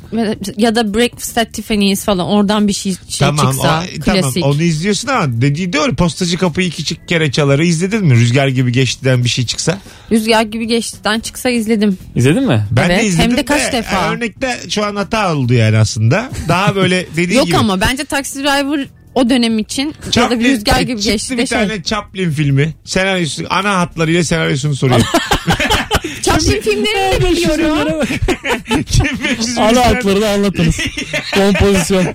Speaker 3: Ya da Breakfast at Tiffany's falan oradan bir şey, şey
Speaker 2: Tamam, o, e,
Speaker 3: çıksa.
Speaker 2: tamam
Speaker 3: klasik.
Speaker 2: onu izliyorsun ama dediği doğru postacı kapıyı iki çık kere çaları izledin mi? Rüzgar gibi geçtiden bir şey çıksa.
Speaker 3: Rüzgar gibi geçtiden çıksa izledim.
Speaker 4: İzledin mi?
Speaker 2: Ben
Speaker 3: Evet,
Speaker 2: de e, izledim
Speaker 3: hem de kaç defa.
Speaker 2: Örnekte şu an hata oldu yani aslında. Daha böyle dediği
Speaker 3: Yok
Speaker 2: gibi.
Speaker 3: ama bence Taxi Driver o dönem için ya da bir rüzgar gibi
Speaker 2: çıktı
Speaker 3: geçti.
Speaker 2: bir
Speaker 3: de şey.
Speaker 2: tane Chaplin filmi. Senaryosu, ana hatlarıyla senaryosunu soruyor.
Speaker 3: Chaplin filmlerini de biliyorum.
Speaker 2: 2500
Speaker 4: Ana
Speaker 2: bizden
Speaker 4: hatlarını anlatınız. Kompozisyon.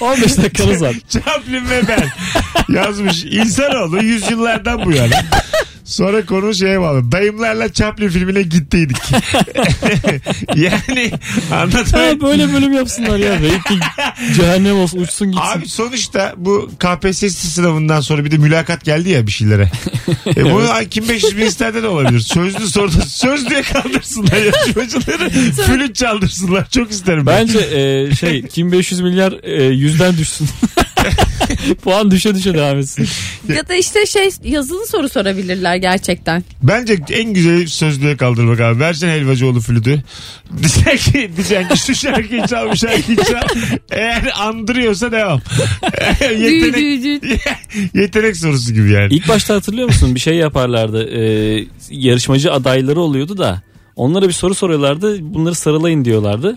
Speaker 4: 15 dakikanız var.
Speaker 2: Chaplin ve ben yazmış. İnsanoğlu yüzyıllardan bu yana. Sonra konu şeye bağlı. Dayımlarla Chaplin filmine gittiydik. yani
Speaker 4: Ha,
Speaker 2: anlatayım.
Speaker 4: böyle bölüm yapsınlar ya. Rating cehennem olsun uçsun gitsin.
Speaker 2: Abi sonuçta bu KPSS sınavından sonra bir de mülakat geldi ya bir şeylere. E bunu kim 500 bin isterden de olabilir. Sözlü soruda sözlüye kaldırsınlar yarışmacıları. Flüt çaldırsınlar. Çok isterim. Ben,
Speaker 4: Bence e, şey kim 500 milyar e, yüzden düşsün. Puan düşe düşe devam etsin.
Speaker 3: ya da işte şey yazılı soru sorabilirler gerçekten.
Speaker 2: Bence en güzeli sözlüye kaldırmak abi. Versene Helvacıoğlu flütü. Diyeceksin ki, diyeceksin ki şu şarkıyı çal bu şarkıyı çal. Eğer andırıyorsa devam.
Speaker 3: Dü
Speaker 2: yetenek,
Speaker 3: dü dü.
Speaker 2: yetenek sorusu gibi yani.
Speaker 4: İlk başta hatırlıyor musun bir şey yaparlardı. E, yarışmacı adayları oluyordu da onlara bir soru soruyorlardı. Bunları sıralayın diyorlardı.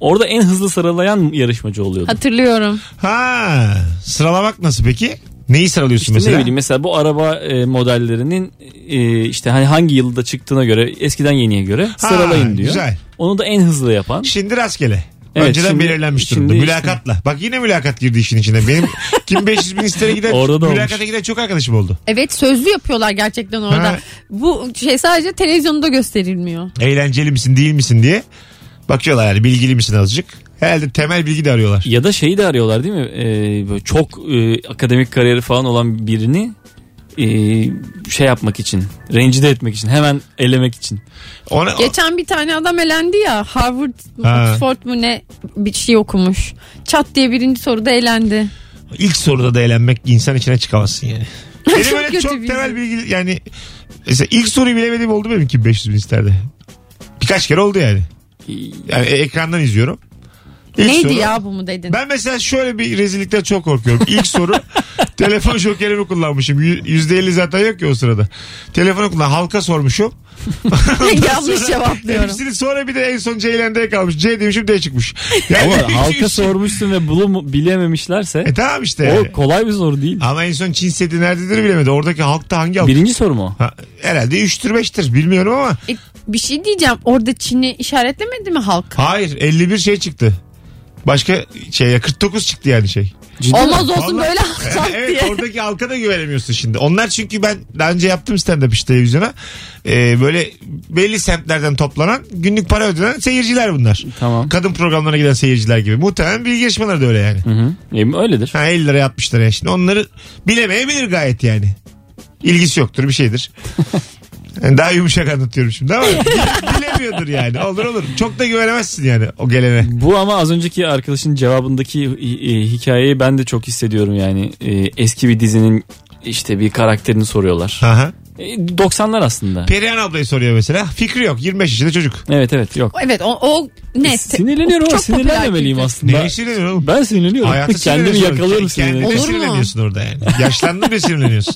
Speaker 4: Orada en hızlı sıralayan yarışmacı oluyordu.
Speaker 3: Hatırlıyorum.
Speaker 2: Ha, sıralamak nasıl peki? Neyi sıralıyorsun
Speaker 4: İşte
Speaker 2: mesela?
Speaker 4: ne bileyim mesela bu araba e, modellerinin e, işte hani hangi yılda çıktığına göre eskiden yeniye göre
Speaker 2: Ha,
Speaker 4: sıralayın diyor.
Speaker 2: Güzel.
Speaker 4: Onu da en hızlı yapan.
Speaker 2: Şimdi rastgele.
Speaker 4: Evet,
Speaker 2: Önceden
Speaker 4: şimdi-
Speaker 2: belirlenmiş
Speaker 4: şimdi
Speaker 2: durumda.
Speaker 4: işte-
Speaker 2: Mülakatla. Bak yine mülakat girdi işin içine. Benim kim 500 bin istere giden
Speaker 4: Orada da
Speaker 2: mülakata
Speaker 4: olmuş.
Speaker 2: giden çok arkadaşım oldu.
Speaker 3: Evet sözlü yapıyorlar gerçekten orada.
Speaker 2: Ha.
Speaker 3: Bu şey sadece televizyonda gösterilmiyor.
Speaker 2: Eğlenceli misin değil misin diye. Bakıyorlar yani bilgili misin azıcık. Herhalde temel bilgi de arıyorlar.
Speaker 4: Ya da şeyi de arıyorlar değil mi? Ee, böyle çok e, akademik kariyeri falan olan birini e, şey yapmak için, rencide etmek için, hemen elemek için.
Speaker 2: Ona,
Speaker 3: Geçen bir tane adam elendi ya Harvard mı
Speaker 2: Ha.
Speaker 3: Oxford mu ne bir şey okumuş. Çat diye birinci soruda elendi.
Speaker 2: ilk soruda da eğlenmek insan içine çıkamazsın yani. Benim
Speaker 3: Çok
Speaker 2: öyle
Speaker 3: kötü
Speaker 2: çok
Speaker 3: bir şey.
Speaker 2: temel bilgi yani mesela ilk soruyu bilemediğim oldu benim kim 500 bin isterde. Birkaç kere oldu yani. Yani e- ekrandan izliyorum. İlk
Speaker 3: Neydi
Speaker 2: soru-
Speaker 3: ya bu mu dedin?
Speaker 2: Ben mesela şöyle bir rezillikten çok korkuyorum. İlk soru telefon jokerimi kullanmışım. Yü- %50 zaten yok ya o sırada. Telefonu kullan halka sormuşum.
Speaker 3: Yanlış cevaplıyorum.
Speaker 2: Hepsini sonra bir de en son C'yle kalmış. C demişim D çıkmış. Yani
Speaker 4: Ama halka
Speaker 2: üç-
Speaker 4: sormuşsun ve bulum bilememişlerse
Speaker 2: E tamam işte. yani.
Speaker 4: o kolay bir soru değil.
Speaker 2: Ama en son Çin seti nerededir bilemedi. Oradaki halkta hangi halk?
Speaker 4: Birinci soru mu? o?
Speaker 2: Ha, herhalde 3'tür 5'tir bilmiyorum ama.
Speaker 3: E, bir şey diyeceğim orada Çin'i işaretlemedi mi halk?
Speaker 2: Hayır 51 şey çıktı. Başka şey ya 49 çıktı yani şey.
Speaker 4: Ciddi mi?
Speaker 3: Olmaz olsun
Speaker 2: Vallahi-
Speaker 3: böyle halk
Speaker 2: evet
Speaker 3: diye.
Speaker 2: oradaki halka da güvenemiyorsun şimdi. Onlar çünkü ben daha önce yaptım stand up işte televizyona. Ee, böyle belli semtlerden toplanan günlük para ödenen seyirciler bunlar.
Speaker 4: Tamam.
Speaker 2: Kadın programlarına giden seyirciler gibi. Muhtemelen bilgi yarışmaları da öyle yani.
Speaker 4: Hı hı. E, öyledir.
Speaker 2: Ha, 50 liraya 60 liraya şimdi onları bilemeyebilir gayet yani. İlgisi yoktur bir şeydir. Yani Daha yumuşak anlatıyorum şimdi ama bile- bilemiyordur yani. Olur olur. Çok da güvenemezsin yani o gelene.
Speaker 4: Bu ama az önceki arkadaşın cevabındaki hi- e, hikayeyi ben de çok hissediyorum yani. E, eski bir dizinin işte bir karakterini soruyorlar.
Speaker 2: Aha.
Speaker 4: E, 90'lar aslında.
Speaker 2: Perihan ablayı soruyor mesela. Fikri yok. 25 yaşında çocuk.
Speaker 4: Evet evet yok.
Speaker 3: Evet o, o net.
Speaker 4: Sinirleniyorum ama sinirlenmemeliyim aslında.
Speaker 2: Ne işin oğlum?
Speaker 4: Ben sinirleniyorum.
Speaker 2: Hayatı
Speaker 4: Kendimi
Speaker 2: sinirleniyorsun.
Speaker 4: yakalıyorum
Speaker 2: Kendine
Speaker 4: sinirlenirken.
Speaker 3: Olur mu?
Speaker 2: sinirleniyorsun orada yani. Yaşlandın ve sinirleniyorsun.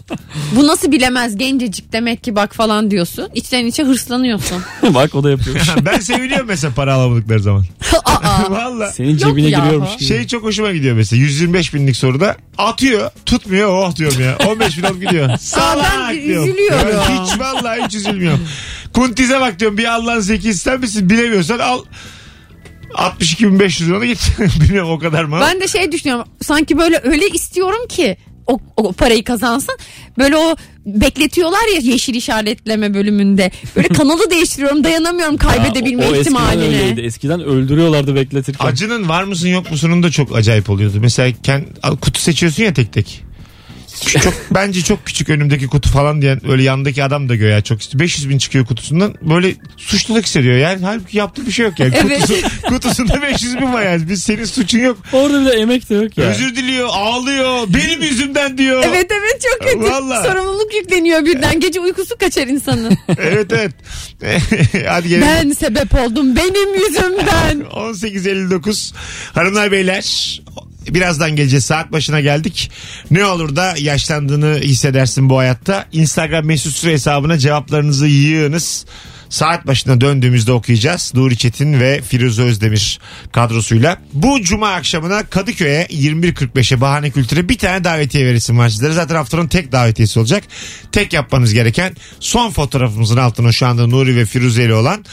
Speaker 3: Bu nasıl bilemez gencecik demek ki bak falan diyorsun. İçten içe hırslanıyorsun.
Speaker 4: Bak o da yapıyor.
Speaker 2: Ha, ben seviniyorum mesela para alamadıkları zaman.
Speaker 3: Aa.
Speaker 2: Valla.
Speaker 4: Senin cebine
Speaker 3: yahu.
Speaker 4: giriyormuş gibi.
Speaker 2: Şey çok hoşuma gidiyor mesela 125 binlik soruda atıyor tutmuyor oh diyorum ya 15 bin alıp gidiyor. Salak diyorum.
Speaker 3: üzülüyorum.
Speaker 2: Ya Hiç vallahi hiç üzülmüyorum. Kuntize bak diyorum bir Allah'ın zekisi sen misin bilemiyorsan al 62.500 lirana git. Bilmiyorum o kadar mı?
Speaker 3: Ben de şey düşünüyorum. Sanki böyle öyle istiyorum ki o, o parayı kazansın. Böyle o bekletiyorlar ya yeşil işaretleme bölümünde. Böyle kanalı değiştiriyorum dayanamıyorum kaybedebilme
Speaker 4: Ya, o- o
Speaker 3: ihtimaline.
Speaker 4: Eskiden öyleydi. Eskiden öldürüyorlardı bekletirken.
Speaker 2: Acının var mısın yok musunun da çok acayip oluyordu. Mesela kend, kutu seçiyorsun ya tek tek. Çok, bence çok küçük önümdeki kutu falan diyen öyle yandaki adam da göya çok istiyor. 500 bin çıkıyor kutusundan böyle suçluluk hissediyor. Yani halbuki yaptığı bir şey yok yani.
Speaker 3: Evet.
Speaker 2: Kutusu- kutusunda 500 bin var yani. Biz senin suçun yok.
Speaker 4: Orada bir de emek de yok ya.
Speaker 2: Özür diliyor ağlıyor benim yüzümden diyor.
Speaker 3: Evet evet çok kötü.
Speaker 2: Vallahi.
Speaker 3: Sorumluluk yükleniyor birden. Gece uykusu kaçar insanın.
Speaker 2: evet evet. Hadi gelin.
Speaker 3: ben sebep oldum benim yüzümden.
Speaker 2: 18.59 Hanımlar beyler birazdan geleceğiz saat başına geldik. Ne olur da yaşlandığını hissedersin bu hayatta. Instagram mesut süre hesabına cevaplarınızı yığınız. Saat başına döndüğümüzde okuyacağız. Nuri Çetin ve Firuze Özdemir kadrosuyla. Bu cuma akşamına Kadıköy'e 21.45'e Bahane Kültür'e bir tane davetiye veresim var sizlere. Zaten haftanın tek davetiyesi olacak. Tek yapmanız gereken son fotoğrafımızın altına şu anda Nuri ve Firuze ile olan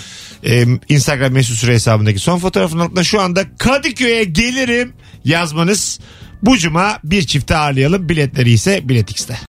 Speaker 2: e, Instagram mesut süre hesabındaki son fotoğrafın altına şu anda Kadıköy'e gelirim yazmanız. Bu cuma bir çifte ağırlayalım. Biletleri ise Bilet X'te.